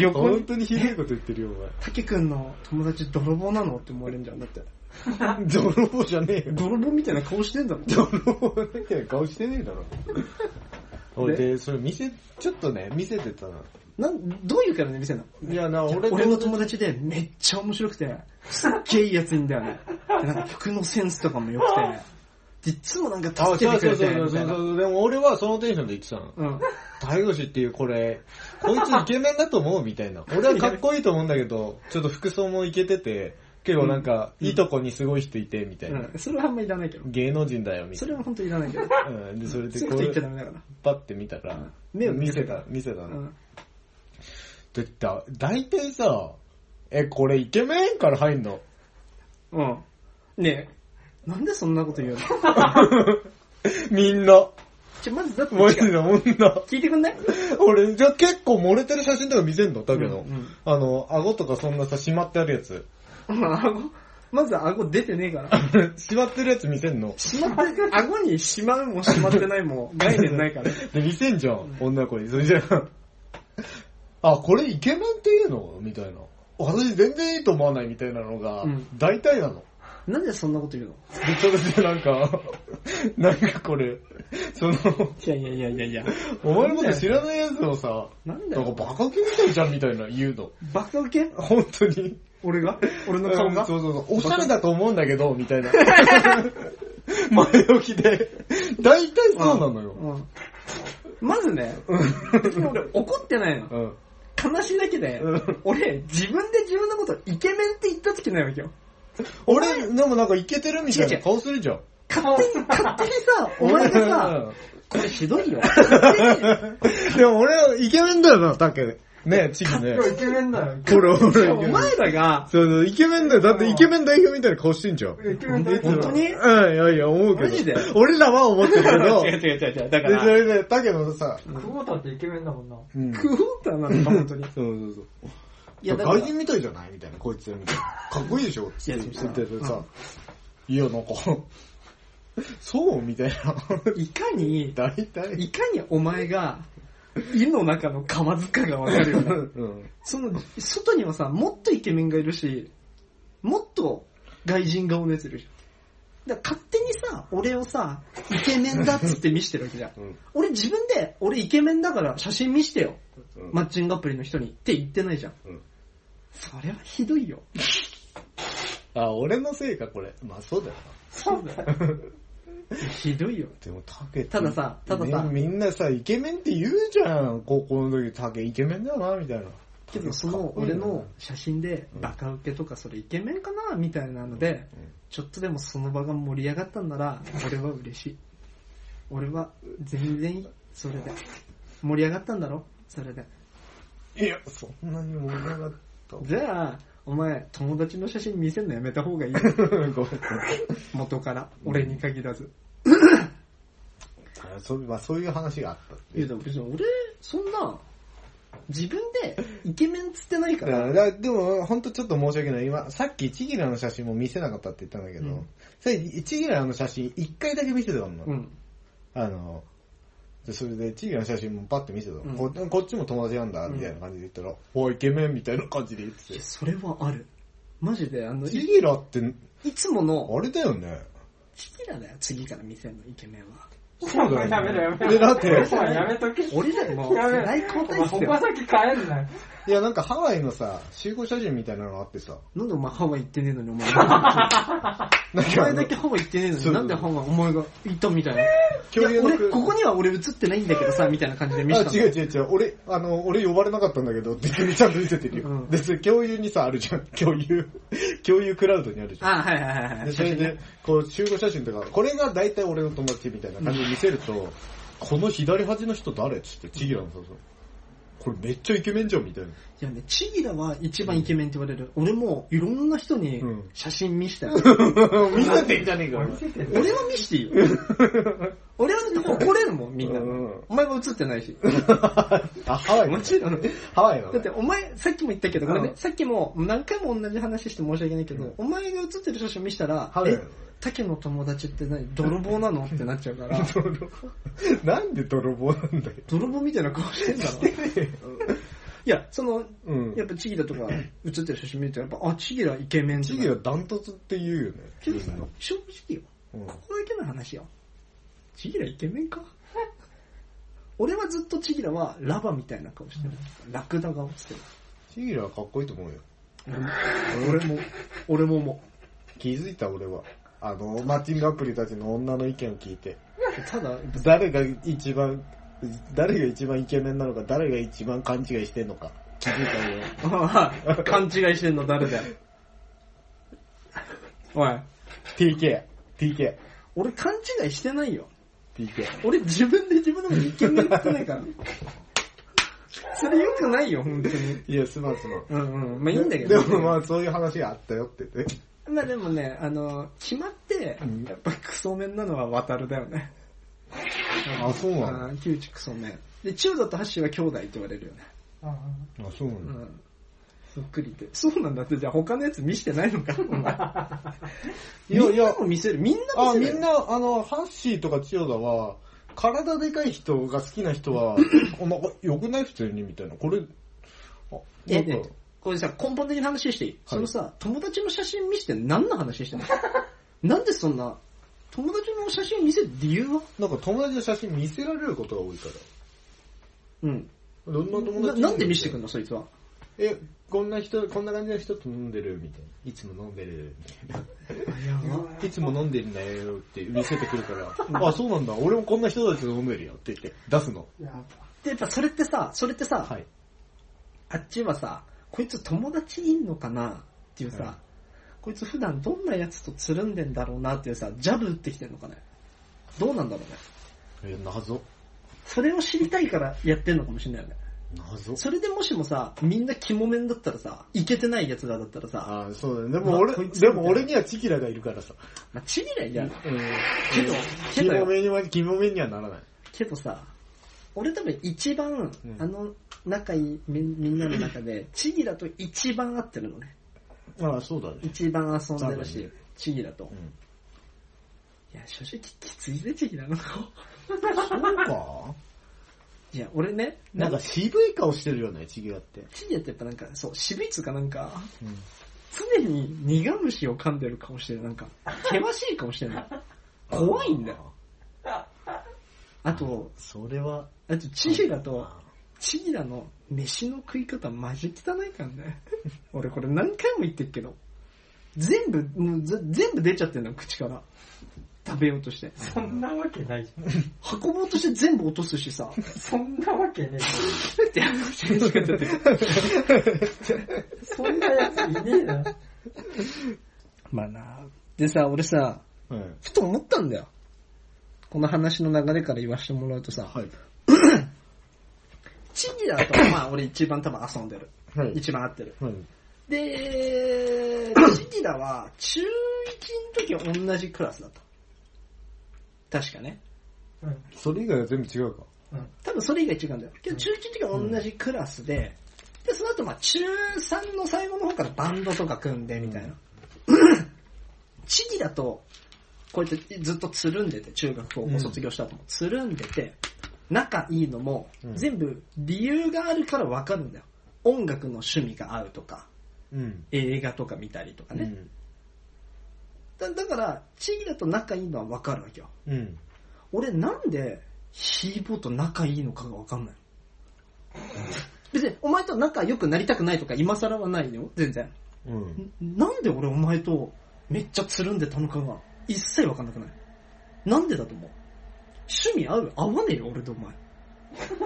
Speaker 1: 横
Speaker 2: 本
Speaker 1: に、
Speaker 2: 当にひどいこと言ってるよ、
Speaker 1: たけくんの友達泥棒なのって思われるんじゃん。だって、
Speaker 2: お前。泥棒じゃねえよ。
Speaker 1: 泥棒みたいな顔してんだろ。
Speaker 2: 泥棒みたいな顔してねえだろ。おい
Speaker 1: で
Speaker 2: で、それ見せ、ちょっとね、見せてたな。
Speaker 1: なん、どういうからね、店の。
Speaker 2: いやな、俺
Speaker 1: 俺の友達でめっ
Speaker 2: [laughs]
Speaker 1: ちゃ面白くて、すっげえいいやついんだよね。で、なんか服のセンスとかも良くて、いつもなんか
Speaker 2: あ、そう
Speaker 1: 助け
Speaker 2: そ
Speaker 1: て
Speaker 2: う
Speaker 1: く
Speaker 2: そう
Speaker 1: れて
Speaker 2: そ
Speaker 1: る
Speaker 2: う
Speaker 1: みたいな。
Speaker 2: そう。でも俺はそのテンションで言ってたの。
Speaker 1: うん。
Speaker 2: 大吉っていうこれ、こいつイケメンだと思うみた
Speaker 1: [laughs]
Speaker 2: いな。俺はかっこいいと思うんだけど、ちょっと服装もイケてて、結構なんか、いいとこにすごい人いて、みたいな。
Speaker 1: うん。それはあんまいらないけど。
Speaker 2: 芸能人だよ、みた
Speaker 1: そ
Speaker 2: い
Speaker 1: れ
Speaker 2: な。
Speaker 1: は本当いらないけど。
Speaker 2: うん、で、それで
Speaker 1: そういう
Speaker 2: こ
Speaker 1: こと言っちゃダ
Speaker 2: う、
Speaker 1: メだから。
Speaker 2: パッて見たら、
Speaker 1: 目を
Speaker 2: 見
Speaker 1: 見
Speaker 2: せ
Speaker 1: せ
Speaker 2: た
Speaker 1: た、
Speaker 2: 見せた
Speaker 1: う
Speaker 2: の。
Speaker 1: ん。
Speaker 2: でだ、大体さ、え、これイケメンから入んの。
Speaker 1: うん。ねえ、なんでそんなこと言う
Speaker 2: [laughs]
Speaker 1: の
Speaker 2: みんな。
Speaker 1: ちょ、まずだって
Speaker 2: マジ
Speaker 1: 違う
Speaker 2: で女。
Speaker 1: 聞いてくんない
Speaker 2: 俺、じゃあ結構漏れてる写真とか見せんのだけど、
Speaker 1: うんうん
Speaker 2: あの、顎とかそんなさ、締まってあるやつ。 [laughs]
Speaker 1: うん顎、まず顎出てねえから。
Speaker 2: 締まってるやつ見せんの。
Speaker 1: しまって、顎にしまうもしまってないも概念ないから。
Speaker 2: で、見せんじゃん、女の子に。それじゃあ、あ、これイケメンって言うのみたいな。私全然いいと思わないみたいなのが、
Speaker 1: うん
Speaker 2: 大体なの。
Speaker 1: なんでそんなこと言うの
Speaker 2: でそれでなん [laughs] か、なんかこれ、その、
Speaker 1: いやいやいやいやいや。
Speaker 2: お前のこと知らないやつをさ、
Speaker 1: なんだ
Speaker 2: なんか
Speaker 1: よ。
Speaker 2: バカ気みたいじゃんみたいな言うの。
Speaker 1: バカ受け
Speaker 2: 本当に。
Speaker 1: 俺が俺の顔
Speaker 2: う
Speaker 1: が
Speaker 2: んそうそうそう。おしゃれだと思うんだけど、みたいな。 [laughs] 前置きで。大体そうなのよ。
Speaker 1: うん。まずね、別に俺怒ってないの。
Speaker 2: うん。
Speaker 1: 悲しいだけで
Speaker 2: うん、
Speaker 1: 俺自分で自分のことイケメンって言った時ないわけよ。
Speaker 2: 俺、でもなんかイケてるみたい
Speaker 1: 違う
Speaker 2: な
Speaker 1: 違う
Speaker 2: 顔するじゃん。
Speaker 1: 勝手に、勝手にさ、お前がさ、これひどいよ。
Speaker 2: でも俺、イケメンだよな、タケ。ね、チキね。
Speaker 4: イケメンだよ。
Speaker 2: 俺、俺、イケ
Speaker 1: お
Speaker 2: メン。
Speaker 1: 前らが、
Speaker 2: そうそう、イケメンだよ。だってイケメン代表みたいな顔してんじゃん。
Speaker 4: イケメンだよ。
Speaker 1: 本当に
Speaker 2: うん、いやいや、思うけど。
Speaker 1: マジで
Speaker 2: 俺らは思ってるけど。
Speaker 1: 違う
Speaker 2: で、
Speaker 1: 違う違う違う。だか
Speaker 2: そ
Speaker 1: ら、
Speaker 2: れで、タケのさ、
Speaker 4: 久保田ってイケメンだもんな。
Speaker 2: うん。
Speaker 1: クオーターなのか、本当 [laughs] に。
Speaker 2: そうそうそう。
Speaker 1: いや、だから
Speaker 2: 外、人みたいじゃないみたいな、こいつみたいな。かっこいいでしょつって
Speaker 1: いや
Speaker 2: 言
Speaker 1: でも
Speaker 2: っ
Speaker 1: さ
Speaker 2: ててさ。いや、なんか、そうみたいな。
Speaker 1: いかに、
Speaker 2: 大体。
Speaker 1: いかにお前が、井の中の川塚がわかるよ
Speaker 2: う
Speaker 1: ね。
Speaker 2: ん。
Speaker 1: その、外にはさ、もっとイケメンがいるし、もっと外人顔のやついるじゃん。だから勝手にさ、俺をさ、イケメンだっつって見してるわけじゃん。
Speaker 2: うん
Speaker 1: 俺自分で、俺イケメンだから写真見してよ。
Speaker 2: うん
Speaker 1: マッチングアプリの人にって言ってないじゃん。
Speaker 2: うん
Speaker 1: それはひど
Speaker 2: [laughs]
Speaker 1: いよ。
Speaker 2: あ、俺のせいか、これ。まあ、そうだよな。
Speaker 1: そうだよ。ひどいよ。
Speaker 2: でもタケって
Speaker 1: たださたださ
Speaker 2: みみんなさ、イケメンって言うじゃん。高校の時、タケイケメンだよな、みたいな。
Speaker 1: けどその俺の写真でバカウケとかそれイケメンかなみたいなので
Speaker 2: うん、
Speaker 1: ちょっとでもその場が盛り上がったんなら、俺は嬉しい。俺は全然いいそれで。盛り上がったんだろそれで。
Speaker 2: いや、そんなに盛り上がった。
Speaker 1: じゃあ、お前友達の写真見せんのやめた方がいいよ。
Speaker 2: [laughs] ごめん
Speaker 1: 元から。俺に限らず。
Speaker 2: あそうまあ、そういう話があったって
Speaker 1: い
Speaker 2: い
Speaker 1: や
Speaker 2: う。
Speaker 1: でも別に俺、そんな、自分でイケメンつってないか
Speaker 2: だから
Speaker 1: ら。
Speaker 2: だでも、ほんとちょっと申し訳ない。今、さっきチギラの写真も見せなかったって言ったんだけど、
Speaker 1: うん
Speaker 2: それチギラの写真一回だけ見せてたの。
Speaker 1: うん。
Speaker 2: あの、でそれでチギラの写真もパッて見せたの、
Speaker 1: うん
Speaker 2: こ。こっちも友達なんだ、みたいな感じで言ったら、おいイケメンみたいな感じで言って
Speaker 1: い
Speaker 2: て
Speaker 1: や。それはある。マジで、あの、
Speaker 2: チ
Speaker 1: い
Speaker 2: ギラって、
Speaker 1: いつもの、
Speaker 2: あれだよね。
Speaker 1: チキラだよ、次から見せんの、イケメンは。
Speaker 2: そうだよ、ね。
Speaker 4: やめろやめろ。
Speaker 2: で、だって、
Speaker 4: そうやめとけ。
Speaker 1: 俺らもう、
Speaker 4: や
Speaker 1: 世
Speaker 4: めろ
Speaker 1: 代交代っす
Speaker 4: お前
Speaker 1: よ。
Speaker 4: 他先帰んなよ。
Speaker 2: いや、なんかハワイのさ、集合写真みたいなのあってさ、
Speaker 1: なんでお前ハワイ行ってねえのに、お前。お
Speaker 2: なん
Speaker 1: 前だけハワイ行ってねえの
Speaker 2: そう
Speaker 1: に、なんでハワイお前が行ったみたいな。い
Speaker 2: 恐
Speaker 1: や、
Speaker 2: 竜の
Speaker 1: 俺、
Speaker 2: く
Speaker 1: ここには俺映ってないんだけどさ、みたいな感じで見せた
Speaker 2: あ、
Speaker 1: の。
Speaker 2: 違う違う違う。俺、あの、俺呼ばれなかったんだけど、ってちゃんと見せてるよ。
Speaker 1: うん
Speaker 2: で、それ共有にさ、あるじゃん。 [laughs] 共有。共有クラウドにあるじゃん。
Speaker 1: あ、はいはいはいは
Speaker 2: で、
Speaker 1: い。
Speaker 2: それで、こう、集合写真とか、これが大体俺の友達みたいな感じで見せると、この左端の人誰っつって、ちぎらのさ、そうこれめっちゃイケメンじゃん、みたいな。
Speaker 1: いやね、チギラは一番イケメンって言われる。俺も、いろんな人に
Speaker 2: うん
Speaker 1: 写真 [laughs] 見せたよ。
Speaker 2: [laughs] 見せてんじゃねえかよ。
Speaker 1: 俺は見せていいよ。俺はだって怒れるもん、みんな。
Speaker 2: うん
Speaker 1: お前も映ってないし。
Speaker 2: [laughs] あ、ハワイの
Speaker 1: も
Speaker 2: ね
Speaker 1: ちろん。
Speaker 2: ハワイのね。
Speaker 1: だってお前、さっきも言ったけど、これ
Speaker 2: う
Speaker 1: ね
Speaker 2: ん、
Speaker 1: さっきも何回も同じ話して申し訳ないけど、お前が写ってる写真見したら
Speaker 2: ハ、ワイの
Speaker 1: え
Speaker 2: ね、
Speaker 1: 竹の友達って何泥棒なのってなっちゃうから、
Speaker 2: 泥棒 [laughs] なんで泥棒なんだよ。
Speaker 1: 泥棒みたいな顔してんだろ。いや、その、
Speaker 2: うん
Speaker 1: やっぱチギラとか写ってる写真見ると、やっぱ、あ、チギライケメン
Speaker 2: チギはダントツって言うよね。
Speaker 1: けどさ正直よ、
Speaker 2: うん
Speaker 1: ここだけの話よ。チギライケメンか俺はずっとチギラはラバみたいな顔してる。ラクダ顔してる。
Speaker 2: チギラはかっこいいと思うよ。
Speaker 1: 俺も、俺ももう。
Speaker 2: 気づいた俺は。あの、マッチングアプリたちの女の意見を聞いて、
Speaker 1: ただ、 [laughs]
Speaker 2: 誰が一番、誰が一番イケメンなのか、誰が一番勘違いしてんのか、気づいた [laughs] よ。
Speaker 1: 勘違いしてんの誰だよ。おい、
Speaker 2: TK、TK、
Speaker 1: 俺勘違いしてないよ。
Speaker 2: TK。
Speaker 1: 俺自分で自分のことイケメン言ってないから。それ良くないよ、本当に。
Speaker 2: いや、すまんすまん。
Speaker 1: うんうん。まあいいんだけ
Speaker 2: で
Speaker 1: ど、
Speaker 2: もまあ、そういう話があったよって言って。
Speaker 1: まあでもね、あの、決まって
Speaker 2: うん、
Speaker 1: やっぱクソメンなのは渡るだよね。
Speaker 2: あ、そう
Speaker 1: あ
Speaker 2: なの
Speaker 1: ー、キューチクソメン。で、チューダとハッシーは兄弟って言われるよね。
Speaker 4: うん
Speaker 2: あ、そうな
Speaker 1: う
Speaker 2: の
Speaker 1: ん。そっくりって。そうなんだって、じゃあ他のやつ見してないのか、お前。
Speaker 2: いや
Speaker 1: み
Speaker 2: いや
Speaker 1: んなも見せる。みんな
Speaker 2: あ、
Speaker 1: 見
Speaker 2: み
Speaker 1: せる
Speaker 2: ん
Speaker 1: よ。
Speaker 2: な、あの、ハッシーとか千代田は、体でかい人が好きな人
Speaker 1: [coughs]
Speaker 2: は、お前、よくない普通にみたいな。これ、あ、
Speaker 1: え、
Speaker 2: なん
Speaker 1: ね
Speaker 2: か、
Speaker 1: これさ、根本的な話していい、そのさ、友達の写真見せて何の話 [laughs] してんのなんでそんな、友達の写真見せる理由は
Speaker 2: なんか友達の写真見せられることが多いから。
Speaker 1: うん。
Speaker 2: どんな友
Speaker 1: な
Speaker 2: 達
Speaker 1: なんで見せてくん
Speaker 2: の
Speaker 1: の、そいつは。
Speaker 2: え、こんな人、こんな感じの人と飲んでるみたいな。いつも飲んでるみたいな。いつも飲んでるんだよって見せてく
Speaker 1: [laughs]
Speaker 2: るから、あ、そうなんだ、俺もこんな人たちと飲んでるよって言って、出すの。
Speaker 4: やば
Speaker 1: で、やっぱそれってさ、それってさ、
Speaker 2: はい。
Speaker 1: あっちはさ、こいつ友達いんのかなっていうさ、
Speaker 2: はい
Speaker 1: こいつ普段どんなやつとつるんでんだろうなっていうさ、ジャブ打ってきてんのかねどうなんだろうね。
Speaker 2: え、謎。
Speaker 1: それを知りたいからやってんのかもしれないよね。
Speaker 2: 謎。
Speaker 1: それでもしもさ、みんな肝面だったらさ、いけてない奴らだったらさ、
Speaker 2: あそうだね。でも俺、
Speaker 1: まあこいつ
Speaker 2: でも俺にはチキラがいるからさ。
Speaker 1: まあ、ちぎれんじゃん。
Speaker 2: うん。
Speaker 1: けど、け
Speaker 2: キ
Speaker 1: ど
Speaker 2: モ
Speaker 1: よ、
Speaker 2: めには、キモめにはならない。
Speaker 1: けどさ、俺多分一番、
Speaker 2: うん
Speaker 1: あの、仲いいみみんなの中
Speaker 2: [laughs]
Speaker 1: で、ちぎらと一番合ってるのね。
Speaker 2: ああ、そうだね。
Speaker 1: 一番遊んでる
Speaker 2: 多分
Speaker 1: し
Speaker 2: ね、
Speaker 1: ちぎらと。
Speaker 2: う
Speaker 1: い
Speaker 2: ん。
Speaker 1: や、正直きついぜ、チギラ
Speaker 2: [laughs]
Speaker 1: の顔。
Speaker 2: そうか
Speaker 1: いや、俺ね、
Speaker 2: なんか渋い顔してるよね、チキラって。
Speaker 1: チギラってやっぱなんか、そう、渋いっつうかなんか、
Speaker 2: うん。
Speaker 1: 常に苦虫を噛んでる顔してる、なんか、険しい顔してる
Speaker 2: [laughs]
Speaker 1: の。怖いんだよ。あと、
Speaker 2: それは、
Speaker 1: あと、チギラと、
Speaker 2: あ
Speaker 1: チギラの飯の食い方マジ汚いからね。 [laughs] 俺これ何回も言ってるけど、全部、もうぜ全部出ちゃってんの、口から。食べようとして。
Speaker 4: そんなわけないじゃん。
Speaker 1: 運ぼうとして全部落とすしさ。
Speaker 4: そんなわけねえじ
Speaker 1: ってやるしか出てこない
Speaker 4: ゃん。そんなやついねえな。
Speaker 1: まあなでさ、俺さ、
Speaker 2: うん。
Speaker 1: ふと思ったんだよ。この話の流れから言わせてもらうとさ、
Speaker 2: はい。
Speaker 1: チギラと、まあ俺一番多分遊んでる。
Speaker 2: はい。
Speaker 1: 一番合ってる。
Speaker 2: はい。
Speaker 1: [coughs] で、チギラは中1の時同じクラスだと。確かね。
Speaker 4: うん。
Speaker 2: それ以外は全部違うか。
Speaker 1: 多分それ以外違うんだよ。けど中1の時は同じクラスで、で、その後まあ中3の最後の方からバンドとか組んでみた [coughs] いな。チギラと、こうやってずっとつるんでて、中学高校卒業した後もつるんでて、仲いいのも
Speaker 2: う、ん
Speaker 1: 全部理由があるからわかるんだよ。音楽の趣味が合うとか、
Speaker 2: うん。
Speaker 1: 映画とか見たりとか
Speaker 2: う
Speaker 1: ね。
Speaker 2: ん。
Speaker 1: だだから、チギラと仲いいのはわかるわけよ。
Speaker 2: うん。
Speaker 1: 俺なんでヒーボーと仲いいのかがわかんない。別にお前と仲良くなりたくないとか今更はないよ、全然。
Speaker 2: うん。
Speaker 1: んなんで俺お前とめっちゃつるんでたのかが一切わかんなくない。なんでだと思う趣味合う合わねえよ、俺とお前。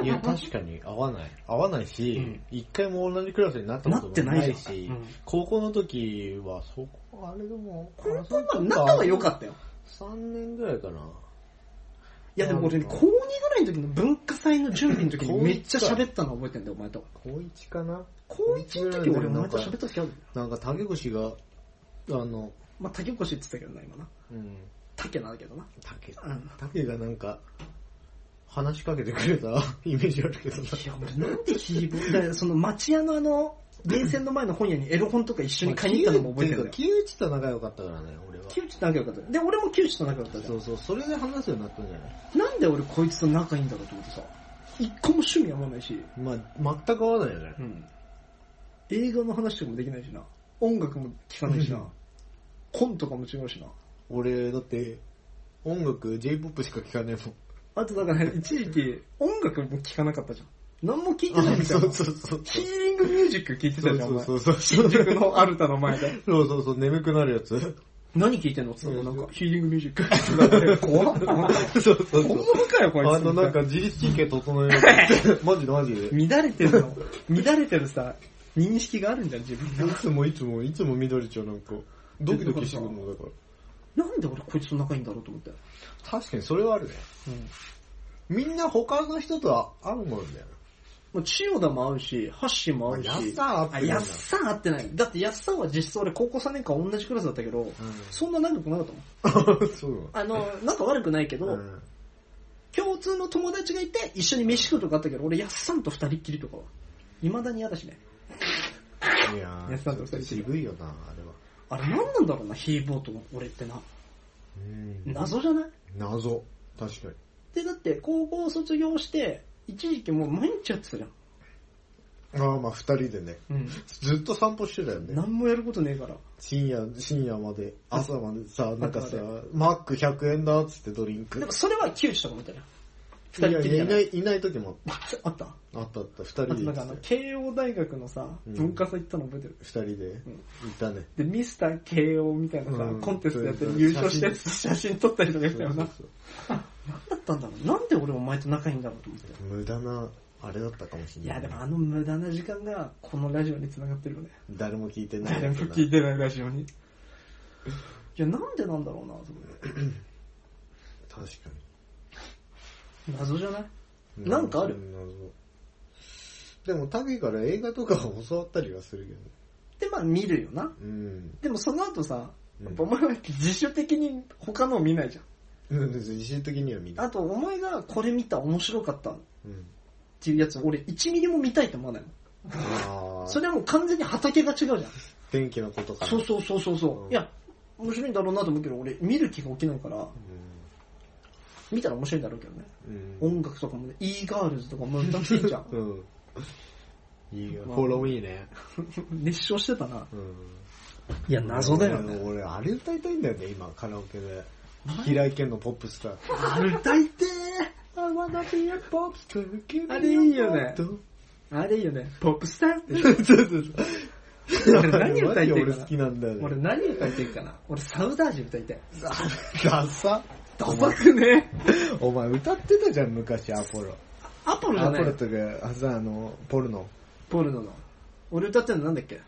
Speaker 2: いや、確かに合わない。合わないし、一、回も同じクラスになったこと
Speaker 1: なっ
Speaker 2: も
Speaker 1: てない
Speaker 2: な
Speaker 1: じゃん
Speaker 2: いし、
Speaker 1: うん
Speaker 2: 高校の時はそこ、あれでも、
Speaker 1: 本当は仲は良かったよ。
Speaker 2: た。3年ぐらいかな。
Speaker 1: いやでも俺
Speaker 2: なん
Speaker 1: 高
Speaker 2: か
Speaker 1: 2ぐらいの時の文化祭の準備の時にめっちゃ喋ったの覚えてんだよ、お前と。
Speaker 2: 高1かな
Speaker 1: 高1の時俺お前と喋った時あるよ。
Speaker 2: なんか竹越が、あの、
Speaker 1: まあ、竹越って言ってたけどな、今な。
Speaker 2: うん、
Speaker 1: 竹なんだけどな。
Speaker 2: 竹、
Speaker 1: うん。
Speaker 2: 竹がなんか、話しかけてくれた [laughs] イメージあるけどな。
Speaker 1: いや、俺なんでヒーボー、だからその町屋のあの、ゲーセンの前の本屋にエロ本とか一緒に買いに行ったのも覚えてるんだよ。
Speaker 2: 木内と仲良かったからね、俺は。
Speaker 1: キューチと仲良かった。で、俺もキューチと仲良かったじゃ
Speaker 2: そうそう、それで話すようになったんじゃない
Speaker 1: ん。なんで俺こいつと仲いいんだろうと思ってさ、一個も趣味合わないし、
Speaker 2: まあ、全く合わないよね
Speaker 1: う。ん。映画の話とかもできないしな。音楽も聴かないしな
Speaker 2: うん。
Speaker 1: 本とかも違うしな。
Speaker 2: 俺、だって、音楽、J-POP しか聞かねえもん。
Speaker 1: あとだから一時期音楽も聴かなかったじゃん。何も聴いてないみたいな。
Speaker 2: そうそうそう。
Speaker 1: ヒーリングミュージック聴いてたじゃん、お前。
Speaker 2: そうそうそう。
Speaker 1: 新宿のアルタの前で。 [laughs]
Speaker 2: そうそうそう、眠くなるやつ。
Speaker 1: 何聞いてんのつってなんか、ヒーリングミュージックってなって。 [laughs] 怖っ。怖っ
Speaker 2: そうそう
Speaker 1: 本
Speaker 2: そう。
Speaker 1: 物かよ、こいつ。
Speaker 2: あの、なんか自律神経整えよ
Speaker 1: [laughs]
Speaker 2: うとマジでマジで。
Speaker 1: 乱れてる [laughs] の。乱れてるさ、認識があるんじゃん、自分
Speaker 2: いつもいつも、いつも緑ちゃんなんか、ドキドキしてくるのだから。
Speaker 1: が。なんで俺こいつと仲いいんだろうと思って。
Speaker 2: 確かにそれはあるね。みんな他の人とは合うもんだよな。
Speaker 1: もう千代田も合うし、ハッシーも合うし。
Speaker 2: あやっさん合ってないんだ
Speaker 1: あやっさん合ってない。だってやっさんは実質俺高校3年間同じクラスだったけど、そんな仲良くなかったもん。
Speaker 2: そうなの
Speaker 1: あの、仲悪くないけど、
Speaker 2: うん
Speaker 1: 共通の友達がいて一緒に飯食うとかあったけど、俺やっさんと二人っきりとかは。未だに嫌だしね。
Speaker 2: いや
Speaker 1: やっさんと二人
Speaker 2: ー、渋いよな、あれは。
Speaker 1: あれ何なんだろうな、ヒーボーと俺ってな。
Speaker 2: うん。
Speaker 1: 謎じゃない
Speaker 2: 謎。確かに。
Speaker 1: で、だって高校卒業して、一時期もう毎日やってたじゃん。
Speaker 2: ああ、まあ二人でね。
Speaker 1: うん。
Speaker 2: ずっと散歩してたよね。
Speaker 1: 何もやることねえから。
Speaker 2: 深夜、深夜まで、朝までさ、なんかさ
Speaker 1: 朝ま、
Speaker 2: マック100円だっつってドリンク。
Speaker 1: でもそれは窮地とかみたいな。
Speaker 2: い
Speaker 1: 二人
Speaker 2: や
Speaker 1: っきり
Speaker 2: い
Speaker 1: じ
Speaker 2: や
Speaker 1: ゃ
Speaker 2: い
Speaker 1: な。
Speaker 2: ないい、いない時も
Speaker 1: あった
Speaker 2: あったあった。二人
Speaker 1: あと
Speaker 2: で
Speaker 1: な
Speaker 2: 行っ
Speaker 1: んか
Speaker 2: てた
Speaker 1: あ
Speaker 2: よ
Speaker 1: の、慶応大学のさ、
Speaker 2: うん
Speaker 1: 文化祭行ったの覚えてる
Speaker 2: 二人で行ったね。
Speaker 1: で、ミスター慶応みたいなさ、
Speaker 2: うん
Speaker 1: コンテストやって優勝したやつと写真撮ったりとかしたよな。
Speaker 2: そう
Speaker 1: だったんだろうなんで俺お前と仲いいんだろうと思って。
Speaker 2: そう無駄な、あれだったかもしれ
Speaker 1: い
Speaker 2: ない。
Speaker 1: や、でもあの無駄な時間が、このラジオに繋がってるよね。
Speaker 2: 誰も聞いてない
Speaker 1: 誰
Speaker 2: や
Speaker 1: も
Speaker 2: つだ。
Speaker 1: 聞いてないラジオに。いや、なんでなんだろうな、と思って。
Speaker 2: 確か
Speaker 1: 謎じゃない
Speaker 2: に。
Speaker 1: なんかある
Speaker 2: 謎でも、タビから映画とかを教わったりはするけ
Speaker 1: で、
Speaker 2: ど。
Speaker 1: まあ見るよな。
Speaker 2: うん。
Speaker 1: でもその後さ、
Speaker 2: うん
Speaker 1: やっぱお前は自主的に他のを見ないじゃん。
Speaker 2: うん自主的には見ない。
Speaker 1: あと、お前がこれ見た、面白かったっ
Speaker 2: うん。
Speaker 1: ていうやつ、俺1ミリも見たいと思わないもん。
Speaker 2: あ
Speaker 1: そ
Speaker 2: ー
Speaker 1: れはもう完全に畑が違うじゃん。
Speaker 2: 天気のことかな。
Speaker 1: そうそうそうそうそううんいや、面白いんだろうなと思うけど、俺見る気が起きないから、見たら面白いんだろうけどね。
Speaker 2: うん。うん。。
Speaker 1: 音楽とかもね、e-girls とかも歌っていいじゃん
Speaker 2: [laughs] うん。いいよ。
Speaker 1: まあ
Speaker 2: フォローいいね。
Speaker 1: 熱唱してたな。
Speaker 2: うん。
Speaker 1: いや、謎だよ
Speaker 2: ね
Speaker 1: ね。
Speaker 2: 俺、あれ歌いたいんだよね、今、カラオケで。平井堅のポップスター。
Speaker 1: あれ歌いて
Speaker 2: あ wanna be a pop star, give me
Speaker 1: あれいいよ
Speaker 2: [laughs]
Speaker 1: ね
Speaker 2: a pop
Speaker 1: ーあれいいよね。ポップスターって。
Speaker 2: star そうそうそう。
Speaker 1: 俺何歌いたいかな
Speaker 2: マジ俺好きなんだよね。
Speaker 1: 俺何歌いたいかな。俺サウダージ歌いたい。
Speaker 2: ダサ。
Speaker 1: ダサくね
Speaker 2: お前歌ってたじゃん、昔、アポロ。
Speaker 1: アポロじゃ
Speaker 2: アポ
Speaker 1: ない
Speaker 2: ロとか、あさ、あの、ポルノ。
Speaker 1: ポルノの。俺歌ってるのなんだっけ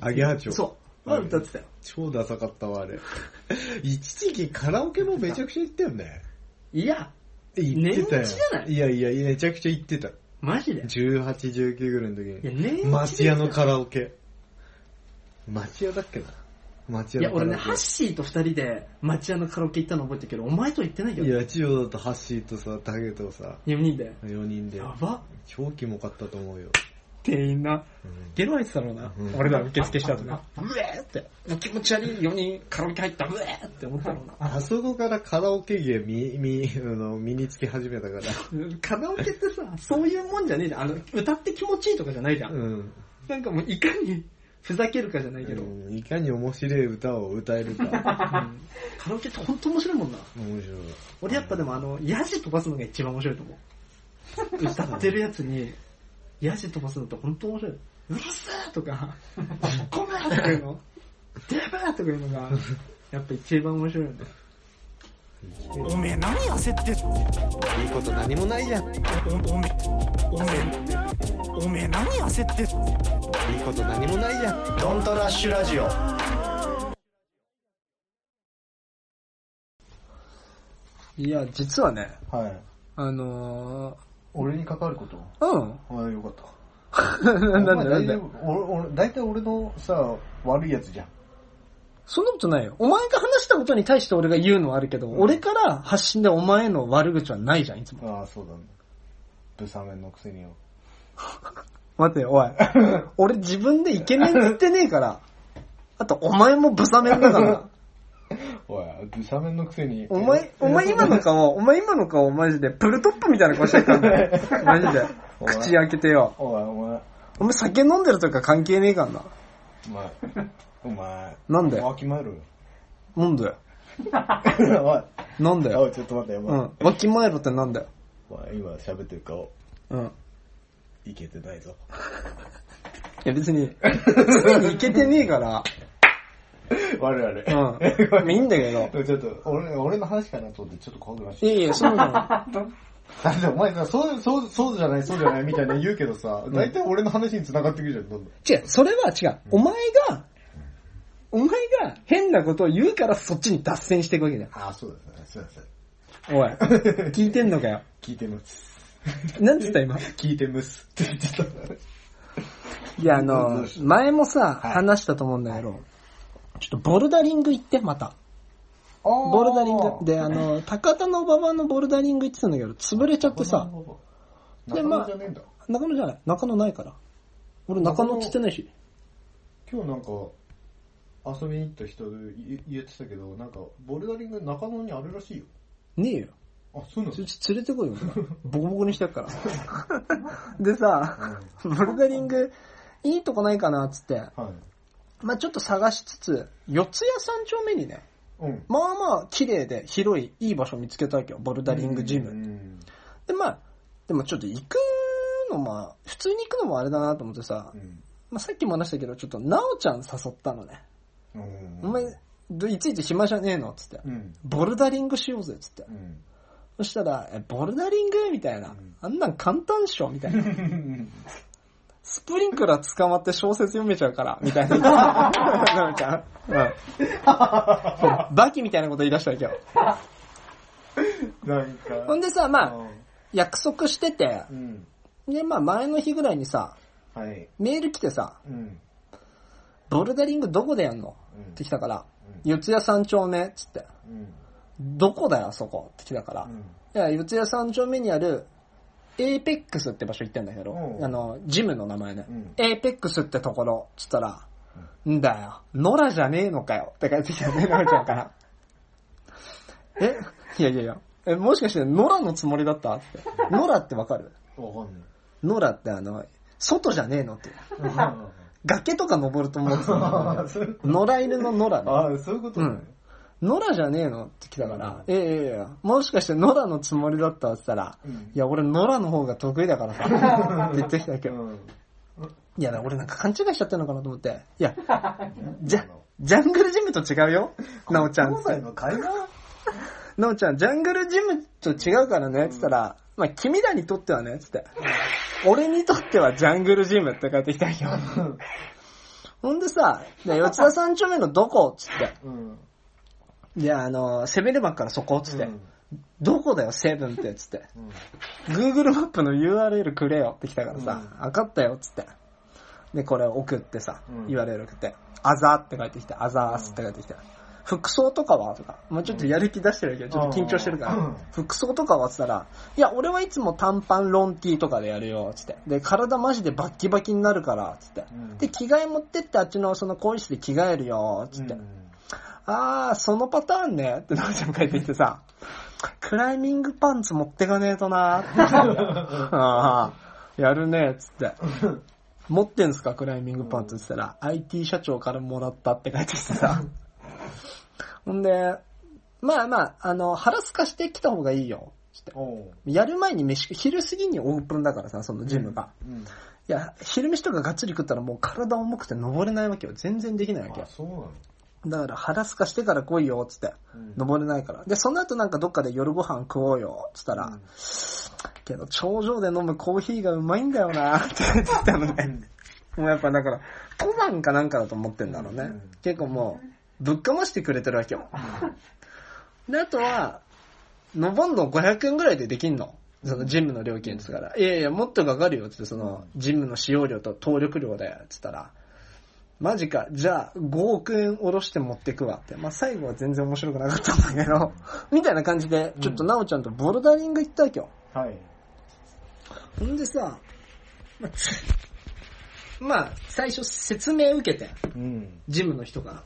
Speaker 2: アゲハチョウ。
Speaker 1: そう。は歌ってたよ。
Speaker 2: 超ダサかったわ、あれ。 [laughs] 一時期カラオケもめちゃくちゃ行ったよね。
Speaker 1: いや、
Speaker 2: 行ってた
Speaker 1: 年
Speaker 2: よ。
Speaker 1: 一じゃない
Speaker 2: やいや、めちゃくちゃ行ってた。
Speaker 1: マジで。
Speaker 2: 18、19ぐらいの時に
Speaker 1: い。や、年一
Speaker 2: マチヤのカラオケ。町屋だっけな町
Speaker 1: い
Speaker 2: 屋
Speaker 1: や、
Speaker 2: のカ
Speaker 1: 俺ね、
Speaker 2: ラ
Speaker 1: ハッ
Speaker 2: オ
Speaker 1: シーと二人で町屋のカラオケ行ったの覚えてるけど、お前とは行ってない
Speaker 2: ケ。
Speaker 1: よ。
Speaker 2: い
Speaker 1: ね
Speaker 2: や、千代田とハッシーとさ、タゲとさ、
Speaker 1: 4人で。
Speaker 2: 4人で
Speaker 1: や。ば。
Speaker 2: 超キモかったと思うよ。
Speaker 1: 店員な。
Speaker 2: うん
Speaker 1: ゲロ入ってたろうな
Speaker 2: うん。
Speaker 1: 俺ら受付した後な。うえーって。もう気持ち悪い4人カラオケ入った。うえーって思ったろうな。
Speaker 2: あそこからカラオケ芸み、み、あの、身につけ始めたか
Speaker 1: カラオケってさ、そういうもんじゃねえじゃん。あの、歌って気持ちいいとかじゃないじゃ
Speaker 2: ら。
Speaker 1: ん。
Speaker 2: うん。
Speaker 1: なんかもういかにふざけるかじゃないけど。
Speaker 2: うんいかに面白い歌を歌えるか。 [laughs]
Speaker 1: カラオケってほんと面白いもんな。
Speaker 2: 面白い。
Speaker 1: 俺やっぱでもあの、ヤジ飛ばすのが一番面白いと思う。歌ってるやつに、ヤジ飛ばすのってほんと面白い。うるせえとか、ごめんとかいうの、デブーとかいうのが、やっぱ一番面白いよね。
Speaker 3: おめえ何焦ってる
Speaker 2: いいこと何もないじゃん。いい
Speaker 3: おおめえおめえおめえ何焦ってる
Speaker 2: こと何もないじゃん。
Speaker 3: ドントラッシュラジオ
Speaker 1: いや、実はね、
Speaker 2: はい。
Speaker 1: あの
Speaker 2: 俺に関わること
Speaker 1: ー、うん。
Speaker 2: ああ、よかった。
Speaker 1: なんだ
Speaker 2: お
Speaker 1: なんだ
Speaker 2: 前大丈夫俺、俺、大体俺のさ、悪いやつじゃん。
Speaker 1: そんなことないよ。お前が話したことに対して俺が言うのはあるけど、俺から発信でお前への悪口はないじゃん、いつも。
Speaker 2: ああ、そうだね。ブサメンのくせによ。
Speaker 1: 待てよ、おい。 [laughs] 俺自分でイケメンって言ってねえから。あと、お前もブサメンだ [laughs] から。
Speaker 2: おい、ブサメンのくせに。
Speaker 1: お前、お前今の顔、お前今の顔マジでプルトップみたいな顔してたんだ [laughs] よ。マジで。
Speaker 2: お前
Speaker 1: 口開けてよ。
Speaker 2: おい、お前、
Speaker 1: お前酒飲んでるとか関係ねえからな。
Speaker 2: [laughs] お前、お前。
Speaker 1: なんで
Speaker 2: わきまえろよ。
Speaker 1: なんだよ。
Speaker 2: [laughs] お
Speaker 1: なんだ
Speaker 2: い、お
Speaker 1: よ。
Speaker 2: い、ちょっと待って、お
Speaker 1: う
Speaker 2: 前。
Speaker 1: ん。わきまえろってなんだよ。
Speaker 2: お前今喋ってる顔、
Speaker 1: うん。
Speaker 2: いけてないぞ。 [laughs]
Speaker 1: いや別に、常にいけてねえから、
Speaker 2: 我
Speaker 1: [laughs]
Speaker 2: 々。
Speaker 1: うん。いいんだけど。
Speaker 2: ちょっと、俺、俺の話かなと思って、ちょっと怖くなっ [laughs]
Speaker 1: い
Speaker 2: ちゃっ
Speaker 1: やいや、そう [laughs] な
Speaker 2: た。だってお前さ、そう、そう、そうじゃない、そうじゃないみたいな言うけどさ、大体俺の話に繋がってくるじゃん、どんどん。
Speaker 1: の。違う、それは違う。お前が、お前が変なことを言うからそっちに脱線していくわけだよ。
Speaker 2: ああ、そうですね、すいません。
Speaker 1: おい、 [laughs] 聞いてんのかよ。
Speaker 2: 聞いてます。
Speaker 1: なんつった今。
Speaker 2: 聞いてますって言ってた。
Speaker 1: いや、あの、前もさ、話したと思うんだけど、ちょっとボルダリング行って、また。 [laughs] ボ
Speaker 2: ボ
Speaker 1: ルダリング。で、あの、高田の馬場のボルダリング行ってたんだけど、潰れちゃってさ、で
Speaker 2: で、
Speaker 1: まあ
Speaker 2: まあ。じゃねえんだ。
Speaker 1: 中野じゃない中野ないから。俺中野っつってないし。
Speaker 2: 今日なんか、遊びに行った人言言ってたけど、なんか、ボルダリング中野にあるらしいよ。
Speaker 1: ねえよ。
Speaker 2: あ、そうなの
Speaker 1: そいつ連れてこい [laughs] よ、ボコボコにしてやる [laughs] から。でさ、ボルダリング、いいとこないかな、っつって。
Speaker 2: はい。
Speaker 1: まあちょっと探しつつ、四谷三丁目にね、
Speaker 2: うん。
Speaker 1: まあまあ綺麗で広い、いい場所見つけたわけよ、ボルダリングジム。
Speaker 2: うん。
Speaker 1: で、まあでもちょっと行くのも、普通に行くのもあれだなと思ってさ
Speaker 2: う、ん。
Speaker 1: まあさっきも話したけど、ちょっとなおちゃん誘ったのね。
Speaker 2: うん
Speaker 1: お前、どいちいち暇じゃねえのっつって
Speaker 2: う。ん。
Speaker 1: ボルダリングしようぜ、っつって
Speaker 2: う。ん。
Speaker 1: そしたら、え、ボルダリングみたいな。あんなん簡単っしょみたいな。スプリンクラー捕まって小説読めちゃうから、みたいな。なめちゃん。うん。バキみたいなこと言い出したわけよ。
Speaker 2: なんか。
Speaker 1: ほんでさ、まあ、約束してて
Speaker 2: う、ん。
Speaker 1: で、まあ前の日ぐらいにさ、
Speaker 2: はい。
Speaker 1: メール来てさ、
Speaker 2: うん。
Speaker 1: ボルダリングどこでやんの
Speaker 2: うん
Speaker 1: って来たから、四谷三丁目っつって、
Speaker 2: うん。
Speaker 1: どこだよ、そこって来たから
Speaker 2: う、ん。
Speaker 1: いや、四谷三丁目にある、エーペックスって場所行ってんだけど、
Speaker 2: うん
Speaker 1: あの、ジムの名前ね
Speaker 2: うん。
Speaker 1: エーペックスってところ、つったら、んだよ、野良じゃねえのかよ、って返ってきたね、野良ちゃんから。えいやいやいや、え、もしかして野良のつもりだったって。野良ってわかる
Speaker 2: わかん
Speaker 1: 野良ってあの、外じゃねえのって。
Speaker 2: ない。
Speaker 1: 崖とか登ると思ってたの
Speaker 2: あ、そういう
Speaker 1: 野良犬の野良ね。
Speaker 2: あそういうことね。
Speaker 1: 野良じゃねえのって来たから、ええええええもしかして野良のつもりだったって言ったら、
Speaker 2: ん
Speaker 1: いや、俺野良の方が得意だから
Speaker 2: [laughs]
Speaker 1: さ、って言ってきたけど、
Speaker 2: うん。
Speaker 1: いや、俺なんか勘違いしちゃってるのかなと思って、いや、じゃ、ジャングルジムと違うよ、なおちゃん。
Speaker 2: 東西の会話
Speaker 1: なおちゃん、ジャングルジムと違うからね、って言ったら、まあ、君らにとってはね、つって、俺にとってはジャングルジムって帰ってきたけど、ほんでさ、で四谷三丁目のどこっつって、
Speaker 2: うん。
Speaker 1: いや、あの、セベレバンからそこっつって、
Speaker 2: うん
Speaker 1: どこだよ、セブンって、つって。Google マップの URL くれよって来たからさ、分かったよ、つって。で、これ送ってさ、
Speaker 2: うん
Speaker 1: URL 送って、あざーって書いてきて、あざーすって書いてきて。服装とかはとか、まあちょっとやる気出してるけど、ちょっと緊張してるから、
Speaker 2: うん
Speaker 1: 服装とかはっつったら、いや、俺はいつも短パン、ロンティーとかでやるよ、つって。で、体マジでバッキバキになるから、つって。
Speaker 2: うん
Speaker 1: で、着替え持ってって、あっちのその更衣室で着替えるよ、つって。あー、そのパターンね、ってなおちゃん帰ってきてさ、クライミングパンツ持ってかねえとなーっ
Speaker 2: [laughs]
Speaker 1: て言ってあー、やるね、つって。持ってんすか、クライミングパンツって言ったら、IT 社長からもらったって帰ってきてさ。ほんで、まあまあ、あの、腹すかしてきた方がいいよ。つって
Speaker 2: おう
Speaker 1: やる前に飯、昼過ぎにオープンだからさ、そのジムが。
Speaker 2: うん。
Speaker 1: いや、昼飯とかがっつり食ったらもう体重くて登れないわけよ。全然できないわけよ
Speaker 2: あ、。そうなの
Speaker 1: だから腹すかしてから来いよ、つって。
Speaker 2: うん
Speaker 1: 登れないから。で、その後なんかどっかで夜ご飯食おうよ、つったら、
Speaker 2: うん
Speaker 1: けど頂上で飲むコーヒーがうまいんだよな、 [laughs] って言ってきたのね。もうやっぱだから、登山かなんかだと思ってんだろうね。
Speaker 2: うん
Speaker 1: 結構もう、ぶっかましてくれてるわけよ。で、あとは、登んの500円ぐらいでできんの。そのジムの料金ですから。いやいや、もっとかかるよ、つって、その、ジムの使用料と登録料だよ、つったら。マジか。じゃあ、5億円下ろして持ってくわって。まあ、最後は全然面白くなかったんだけど、 [laughs] みたいな感じで、ちょっとなおちゃんとボルダリング行ったわけよ。
Speaker 2: はい。
Speaker 1: ほんでさ、まあ、つまあ、最初説明受けて、
Speaker 2: うん。
Speaker 1: ジムの人から。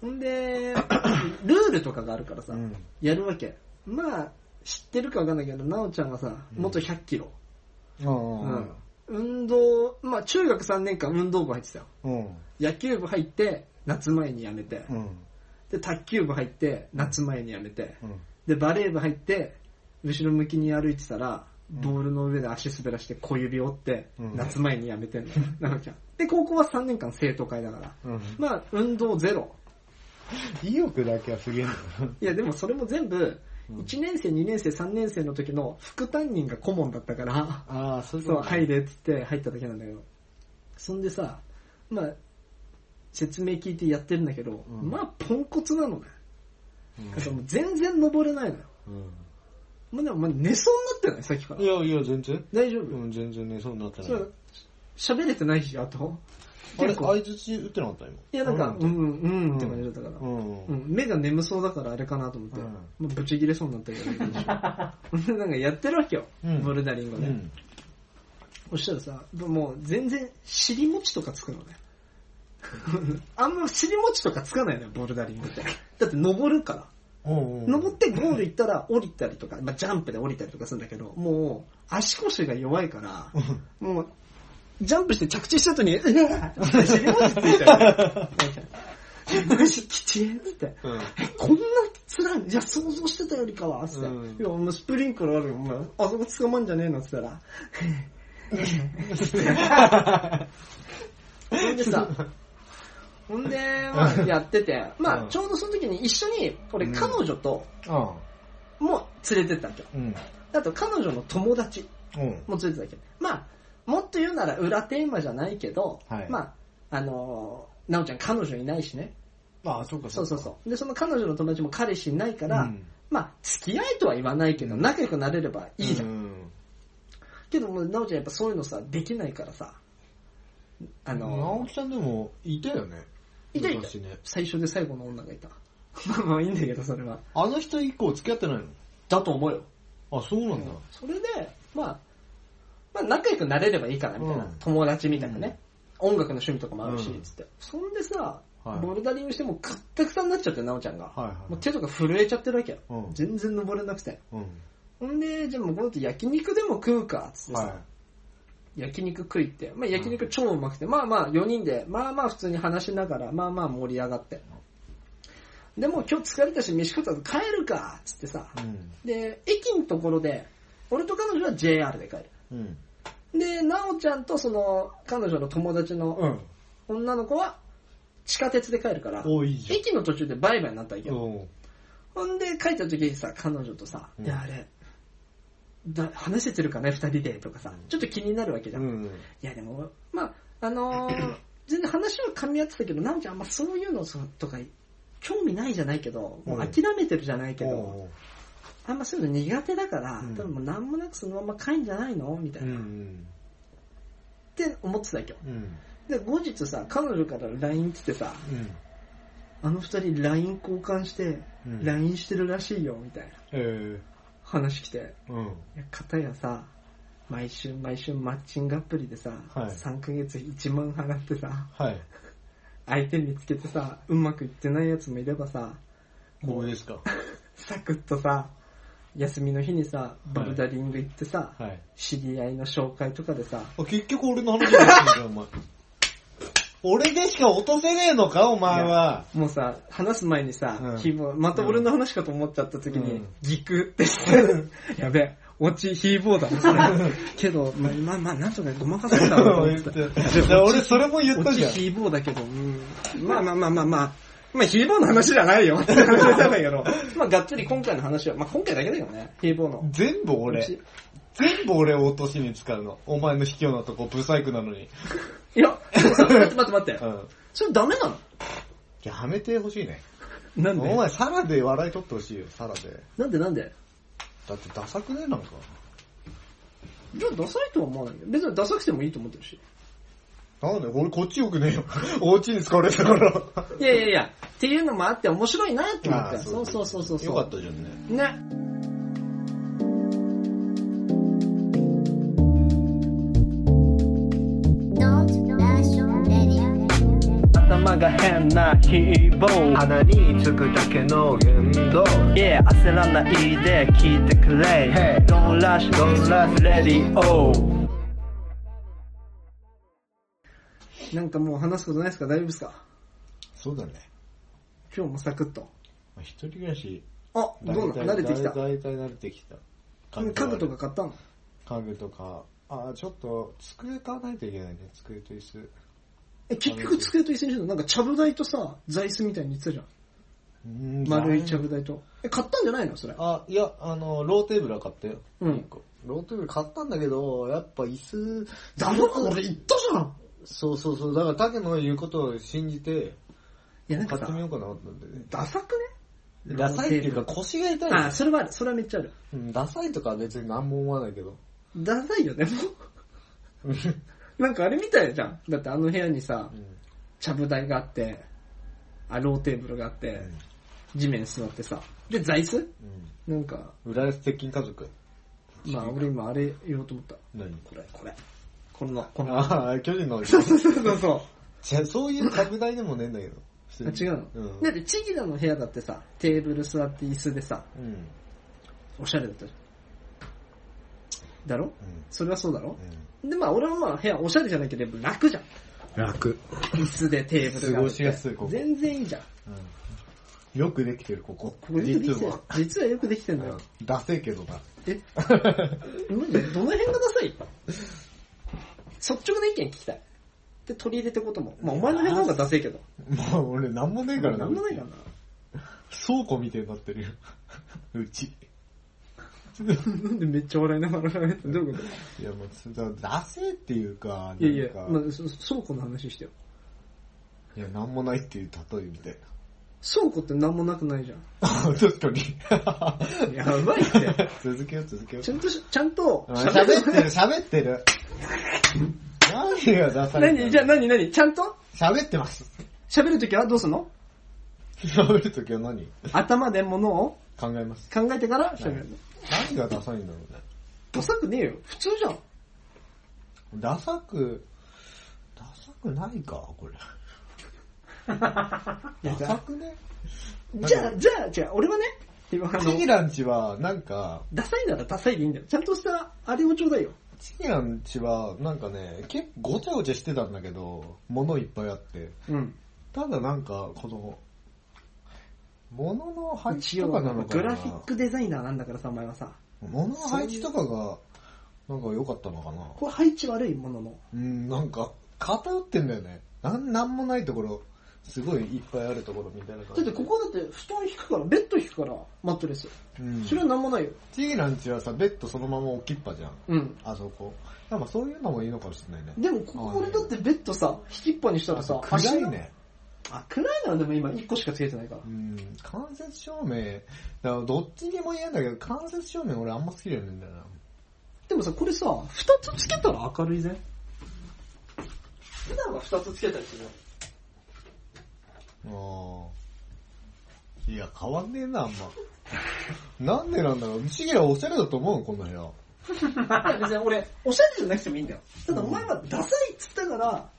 Speaker 1: ほんで、ルールとかがあるからさ、
Speaker 2: うん
Speaker 1: やるわけ。まあ、知ってるかわかんないけど、なおちゃんがさ、元100キロ。
Speaker 2: う
Speaker 1: うん
Speaker 2: ん。
Speaker 1: 運動、まあ中学3年間運動部入ってたよ。
Speaker 2: うん。
Speaker 1: 野球部入って、夏前に辞めて、
Speaker 2: うん。
Speaker 1: で、卓球部入って、夏前に辞めて、
Speaker 2: うん。
Speaker 1: で、バレー部入って、後ろ向きに歩いてたら、ボールの上で足滑らして小指折って、
Speaker 2: うん
Speaker 1: 夏前にやめて
Speaker 2: [laughs]
Speaker 1: んの、なのちゃん。で、高校は3年間生徒会だから。
Speaker 2: うん。
Speaker 1: まあ、運動ゼロ。
Speaker 2: 意欲だけはすげえんだよ。
Speaker 1: いや、でもそれも全部、
Speaker 2: うん
Speaker 1: 1年生、2年生、3年生の時の副担任が顧問だったから、
Speaker 2: ああ、そういう
Speaker 1: そう、
Speaker 2: ことね
Speaker 1: 入れっつって入っただけなんだけど。そんでさ、まあ、説明聞いてやってるんだけど、
Speaker 2: うん
Speaker 1: まあ、ポンコツなのね。
Speaker 2: うん
Speaker 1: その全然登れないのよ。まあ、でも、まあ、寝そうになってないさっきか
Speaker 2: うん
Speaker 1: ら
Speaker 2: い。やいや、全然。
Speaker 1: 大丈夫、
Speaker 2: うん、全然ね、そうなってない。
Speaker 1: そう喋れてないし、あと。
Speaker 2: あれ、
Speaker 1: 結構
Speaker 2: 相づち打ってなかった今。
Speaker 1: いや、なんか、
Speaker 2: う。
Speaker 1: うんん、うん、って感じだったから。
Speaker 2: うん。
Speaker 1: うん、目が眠そうだからあれかなと思って、
Speaker 2: うん
Speaker 1: もうぶち切れそうになったけ
Speaker 2: [laughs]
Speaker 1: ど、なんかやってるわけよ、
Speaker 2: うん
Speaker 1: ボルダリング
Speaker 2: う
Speaker 1: をね、
Speaker 2: ん。
Speaker 1: そしたらさ、もう全然尻餅とかつくのね。あんま尻餅とかつかないのよ、ボルダリングって。だって登るから。
Speaker 2: うん。
Speaker 1: 登ってゴール行ったら降りたりとか、まあ、ジャンプで降りたりとかするんだけど、もう足腰が弱いから、もうジャンプして着地した後に、うわっ尻餅ついたよね。よし、きちえっつって。
Speaker 2: うん。
Speaker 1: え、こんな辛いいや、想像してたよりかは、つって。
Speaker 2: うん
Speaker 1: いや、もうスプリンクルあるよ、お前。あそこ捕まんじゃねえの、つったら。ほんでさ、ほんで、まあ、やってて、ま
Speaker 2: う
Speaker 1: あ、
Speaker 2: ん
Speaker 1: ちょうどその時に一緒に、俺、
Speaker 2: うん
Speaker 1: 彼女と、
Speaker 2: あ
Speaker 1: も連れてったわけよ。
Speaker 2: あ。うん。
Speaker 1: あと、彼女の友達
Speaker 2: うん。
Speaker 1: も連れてたわけよ。まあ、もっと言うなら裏テーマじゃないけど、
Speaker 2: はい
Speaker 1: まあ、あのー、なおちゃん彼女いないしね。
Speaker 2: ああ、そうか、
Speaker 1: そうそう
Speaker 2: う
Speaker 1: そう。で、その彼女の友達も彼氏いないから、
Speaker 2: うん
Speaker 1: まあ、付き合いとは言わないけど、
Speaker 2: うん
Speaker 1: 仲良くなれればい
Speaker 2: か。
Speaker 1: いじゃん。
Speaker 2: うん。
Speaker 1: けどもう、なおちゃんやっぱそういうのさ、できないからさ、あ
Speaker 2: 直
Speaker 1: の、
Speaker 2: 樹さんでも、いたよね。
Speaker 1: いたいた
Speaker 2: 昔ね。
Speaker 1: 最初で最後の女がいた。 [laughs] まあまあいいんだけど、それは。
Speaker 2: あの人以降付き合ってない
Speaker 1: だと思うよ。
Speaker 2: のあ、そうなんだ。
Speaker 1: それで、まあ、まあ仲良くなれればいいかな、みたいな。
Speaker 2: うん
Speaker 1: 友達みたいなね。音楽の趣味とかもあるし、
Speaker 2: うん
Speaker 1: つって。そんでさ、
Speaker 2: はい
Speaker 1: ボルダリングしてもうカッタクタになっちゃって、なおちゃんが。
Speaker 2: はいはい
Speaker 1: もう手とか震えちゃってるわけよ。
Speaker 2: うん
Speaker 1: 全然登れなくて。
Speaker 2: うん。
Speaker 1: ほんで、じゃあもうこの後焼肉でも食うか、つってさ、
Speaker 2: は
Speaker 1: 焼肉食いって、まあ焼肉超うまくて、まあまあ4人で、まあまあ普通に話しながら、まあまあ盛り上がって。でもう今日疲れたし飯食ったら帰るか、つってさ、
Speaker 2: い。うん。
Speaker 1: で、駅のところで、俺と彼女は JR で帰
Speaker 2: うん。
Speaker 1: る。で、なおちゃんとその、彼女の友達
Speaker 2: う
Speaker 1: の
Speaker 2: ん。
Speaker 1: 女の子は、地下鉄で帰るから、
Speaker 2: おいいじゃん。
Speaker 1: 駅の途中でバイバイになったわけよ。
Speaker 2: うん
Speaker 1: ほんで、帰った時にさ、彼女とさ、
Speaker 2: うん
Speaker 1: いや、あれ、だ話せてるかね、二人でとかさ、ちょっと気になるわけじゃん。い
Speaker 2: うん。
Speaker 1: や、でも、まああの
Speaker 2: [clears throat]
Speaker 1: ー全然話は噛み合ってたけど、なおちゃんあんまそういうのそうとか、興味ないじゃないけど、もう諦めてるじゃないけど、
Speaker 2: おう
Speaker 1: あんまそういうの苦手だから、
Speaker 2: うん
Speaker 1: 多分もうなんもなくそのまま帰んじゃないのみたいうな、っ
Speaker 2: ん。
Speaker 1: て思ってたわけよ。
Speaker 2: うん。
Speaker 1: で、後日さ、彼女から LINE 来てさ、
Speaker 2: うん。
Speaker 1: あの二人 LINE 交換して、
Speaker 2: うん
Speaker 1: LINE してるらしいよ、みたいな
Speaker 2: えー。
Speaker 1: 話来て、
Speaker 2: うん。
Speaker 1: いや、片やさ、毎週毎週マッチングアプリでさ、
Speaker 2: はい
Speaker 1: 3ヶ月1万払ってさ、
Speaker 2: はい。
Speaker 1: 相手見つけてさ、うまくいってないやつもいればさ、
Speaker 2: これですか。
Speaker 1: サクッとさ、休みの日にさ、ボルダリング行ってさ、
Speaker 2: はい。
Speaker 1: 知り合いの紹介とかでさ、
Speaker 2: あ結局俺の話じゃないんだよ、お [laughs] 前。俺でしか落とせねえのか、お前は。
Speaker 1: もうさ、話す前にさ、
Speaker 2: うん
Speaker 1: キーボード、また俺の話かと思っちゃった時に、
Speaker 2: うん
Speaker 1: ギクってして、 [laughs] やべえ、落ち、ヒーボーだな、それ。 [laughs] けど、まあまあ、まあ、なんとかごまかせたわ、と思
Speaker 2: [laughs] 言
Speaker 1: っ
Speaker 2: ってて俺それも言った
Speaker 1: 落
Speaker 2: じ
Speaker 1: ち
Speaker 2: ゃん。
Speaker 1: ヒーボーだけど、 [laughs] うんまあまあまあまあまあ、まあヒーボーの話じゃないよって話だったんだけど、まあがっつり今回の話は、まあ今回だけだよね、ヒーボーの。
Speaker 2: 全部
Speaker 1: う
Speaker 2: 俺
Speaker 1: ち。
Speaker 2: 全部俺を落としに使うの。お前の卑怯なとこ、ブサイクなのに。
Speaker 1: いや、でもさ待って待って待って [laughs]
Speaker 2: う。ん。
Speaker 1: それダメなの
Speaker 2: やめてほしいね。
Speaker 1: なん
Speaker 2: お
Speaker 1: で
Speaker 2: 前、サラで笑い取ってほしいよ、サラで。
Speaker 1: なんでなんで
Speaker 2: だってダサくねえなんか。
Speaker 1: じゃあダサいとは思わないんだよ別にダサくてもいいと思ってるし。
Speaker 2: なんで俺こっちよく [laughs] ねえよ。お家に使われたから。 [laughs]
Speaker 1: いやいやいや、っていうのもあって面白いなって思っ
Speaker 2: あ
Speaker 1: た。
Speaker 2: ー
Speaker 1: そうそうそうそうそう。
Speaker 2: よかったじゃんね。
Speaker 1: ね。
Speaker 5: Not Lash Radio.
Speaker 6: 頭が変なヒーボー鼻につくだけの言動 Yeah 焦らないで聞いてくれ Hey Don't rush Don't rush Radio
Speaker 1: なんかもう話すことないですか大丈夫ですか
Speaker 2: そうだね。
Speaker 1: 今日もサクッと。
Speaker 2: まあ一人暮らし、
Speaker 1: あ、どうなの慣れてきた。
Speaker 2: だいたい慣れてきた。
Speaker 1: 家具とか買ったの
Speaker 2: 家具とか。あ、ちょっと、机買わないといけないね。机と椅子。
Speaker 1: え、結局机と一緒にしてたなんかちゃぶ台とさ、座椅子みたいに言ってたじゃん。
Speaker 2: うん
Speaker 1: 丸いちゃぶ台と。え、買ったんじゃないのそれ。
Speaker 2: あ、いや、あの、ローテーブルは買ったよ。
Speaker 1: うん
Speaker 2: 一個ローテーブル買ったんだけど、やっぱ椅子、
Speaker 1: だろ俺言ったじゃん
Speaker 2: そうそうそう、だから竹の言うことを信じて、
Speaker 1: いや、なん
Speaker 2: 買
Speaker 1: か
Speaker 2: ってみよ
Speaker 1: さ、
Speaker 2: うかなと思ったんだよね。
Speaker 1: ダサくね
Speaker 2: ダサいっていうか
Speaker 1: ローテ
Speaker 2: 腰が痛
Speaker 1: ー
Speaker 2: い
Speaker 1: ブ
Speaker 2: よ
Speaker 1: ルあ、それはある。それはめっちゃある。
Speaker 2: うんダサいとかは別に何も思わないけど。
Speaker 1: ダサいよね、もう。なんかあれみたいじゃん。だってあの部屋にさ、ちゃぶ台があって、あ、ローテーブルがあって、地面に座ってさ。で、座椅子なんか、
Speaker 2: 浦安鉄筋家族。
Speaker 1: まあ俺今あれ言おうと思った。
Speaker 2: 何
Speaker 1: これ、これ。この、この。
Speaker 2: ああ、巨人の。
Speaker 1: そうそうそうそう。
Speaker 2: じゃ [laughs] そういう拡大でもねえんだけど。普
Speaker 1: あ
Speaker 2: 通に
Speaker 1: 違うの、
Speaker 2: うん。
Speaker 1: だってチギラの部屋だってさ、テーブル座って椅子でさ、
Speaker 2: うん。うん。
Speaker 1: おしゃれだったじゃん。だろそれはそうだろ、で、まあ俺はまあ部屋おしゃれじゃないけど、やっぱ楽じゃん。
Speaker 2: 楽。
Speaker 1: 椅子でテーブルがあって。
Speaker 2: 過ごしやすいここ
Speaker 1: 全然いいじゃん。
Speaker 2: よくできてる、ここ。
Speaker 1: ここよくできて
Speaker 2: 実
Speaker 1: る
Speaker 2: は。。
Speaker 1: 実はよくできてんだよ。
Speaker 2: うんダセえけどな。
Speaker 1: えマジでどの辺がダサい率直な意見聞きたい。で、取り入れてことも。まあお前の辺の方がダセいけど。
Speaker 2: もう俺なんもねえからな。
Speaker 1: なんもないからな。
Speaker 2: 倉庫みたいになってるよ。 [laughs] うち。
Speaker 1: なんでめっちゃ笑いながらやってんのどういうこと
Speaker 2: いやもう、そだダセえっていうか、なんか、
Speaker 1: いやいや、まあ、そ倉庫の話してよ。
Speaker 2: いやなんもないっていう例えみたい
Speaker 1: 倉庫ってなんもなくないじゃん。
Speaker 2: な。 [laughs] 確かに。
Speaker 1: やばいって。
Speaker 2: [laughs] 続けよう続けよう
Speaker 1: ち。ゃんとし、ちゃんと、
Speaker 2: 喋ってる喋ってる。 [laughs] 何がダサいんだ
Speaker 1: 何じゃあ何何ちゃんと
Speaker 2: 喋ってます。
Speaker 1: 喋るときはどうすんの
Speaker 2: 喋るときは何
Speaker 1: 頭でものを
Speaker 2: 考えます。
Speaker 1: 考えてから喋るの。
Speaker 2: 何がダサいんだろうね。
Speaker 1: ダサくねえよ。普通じゃん。
Speaker 2: ダサく、ダサくないか、これ。ダサくね
Speaker 1: じゃあ、じゃあ、じゃあ、俺はね、今あ
Speaker 2: チギ
Speaker 1: の、
Speaker 2: ランチは、なんか、
Speaker 1: ダサいならダサいでいいんだよ。ちゃんとした、あれをちょうだいよ。
Speaker 2: チギランチは、なんかね、結構ごちゃごちゃしてたんだけど、物いっぱいあって。
Speaker 1: うん。
Speaker 2: ただなんか、この、物の配置
Speaker 1: 一
Speaker 2: と
Speaker 1: 応、
Speaker 2: かなのか
Speaker 1: グ
Speaker 2: な
Speaker 1: ラフィックデザイナーなんだからさ、お前はさ。
Speaker 2: 物の配置とかが、なんか良かったのかな
Speaker 1: これ配置悪いものの。
Speaker 2: うん、なんか、偏ってんだよね。なん、なんもないところ、すごいいっぱいあるところみたいな感
Speaker 1: だっ
Speaker 2: じ。
Speaker 1: てここだって布団引くから、ベッド引くから、マットレス。
Speaker 2: うん。
Speaker 1: それはなんもないよ。
Speaker 2: チギランチはさ、ベッドそのまま置きっぱじゃん。
Speaker 1: うん。
Speaker 2: あそこ。やっぱそういうのもいいのかもしれないね。
Speaker 1: でも、ここ俺だってベッドさ、引きっぱにしたらさ、
Speaker 2: 暗
Speaker 1: 足
Speaker 2: い
Speaker 1: の
Speaker 2: ね。
Speaker 1: あ、暗いのはでも今1個しかつけてないから
Speaker 2: う。ん、間接照明、だからどっちにも言えんだけど、間接照明俺あんま好きじゃないんだよな。
Speaker 1: でもさ、これさ、2つつけたら明るいぜ。普段は2つつけたりする
Speaker 2: ああ。いや、変わんねえな、あんま。 [laughs] なんでなんだろう。シゲはおしゃれだと思うこの部屋。
Speaker 1: いや別に俺、おしゃれじゃなくてもいいんだよ。ただお前はダサいっつったから、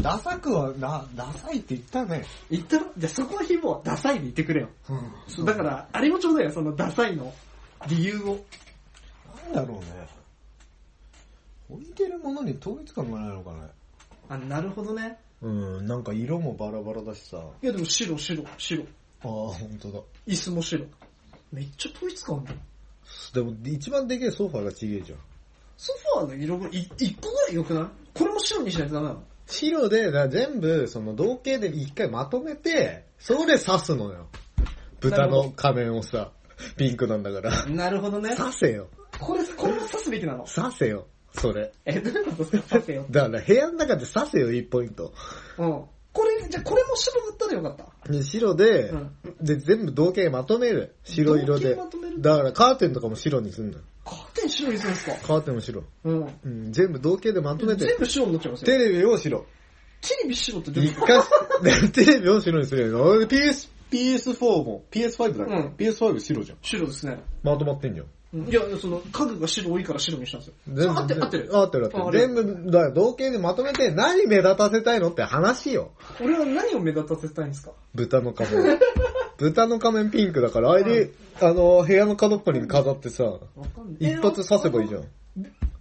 Speaker 2: ダサくは、な、ダサいって言ったね。
Speaker 1: 言ったろじゃあそこはひもはダサいで言ってくれよ。
Speaker 2: うん
Speaker 1: だから、あれもちょうだいよ、そのダサいの理由を。
Speaker 2: なんだろうね。置いてるものに統一感がないのかね。
Speaker 1: あ、なるほどね。
Speaker 2: うん、なんか色もバラバラだしさ。あ
Speaker 1: いやでも白、白、白。
Speaker 2: あ、ほんとだ。
Speaker 1: 椅子も白。めっちゃ統一感あるよ
Speaker 2: でも、一番でけえソファーがちげえじゃん。
Speaker 1: ソファーの色がい1個ぐらい良くないこれも白にしないとダメなの。
Speaker 2: 白で、だ全部、その、同型で一回まとめて、それ刺すのよ。豚の仮面をさ、ピンクなんだから。
Speaker 1: なるほどね。
Speaker 2: 刺せよ。
Speaker 1: これ、これも刺すべきなの。
Speaker 2: 刺せよ。それ。
Speaker 1: え、どういうことですか刺せよ。
Speaker 2: だから、部屋の中で刺せよ、1ポイント。
Speaker 1: うん。これ、じゃあこれも白だったらよかった。
Speaker 2: で白で、
Speaker 1: うん
Speaker 2: で、全部同型まとめる。白色で
Speaker 1: 同型まとめ。る
Speaker 2: だから、カーテンとかも白にすんのよ。
Speaker 1: カーテン白にするんですか
Speaker 2: カーテンも白。
Speaker 1: うん。
Speaker 2: うん、全部同型でまとめ
Speaker 1: 全
Speaker 2: て。
Speaker 1: 部白になっちゃいますよ。
Speaker 2: テレビを白。
Speaker 1: テレビ白ってどういう
Speaker 2: 一
Speaker 1: こと
Speaker 2: 回、 [laughs] テレビを白にするよ。俺 PS、PS4 も、PS5 だっけ、
Speaker 1: うん
Speaker 2: ?PS5 白じゃん。
Speaker 1: [laughs] 白ですね。
Speaker 2: まとまってんじゃん。
Speaker 1: うんいや、その、家具が白多いから白にしたんですよ。
Speaker 2: 全部
Speaker 1: 合ってる合ってる
Speaker 2: 合ってる合
Speaker 1: あ
Speaker 2: っ
Speaker 1: あ
Speaker 2: て
Speaker 1: れ
Speaker 2: る。全部、だから同型でまとめて何目立たせたいのって話よ。
Speaker 1: 俺は何を目立たせたいんですか
Speaker 2: 豚の仮
Speaker 1: [laughs]
Speaker 2: 面。豚の仮面ピンクだから、あれで、あの、部屋の角っこに飾ってさ、
Speaker 1: わかんない。
Speaker 2: 一発刺せばいいじゃ
Speaker 1: ん。
Speaker 2: ん。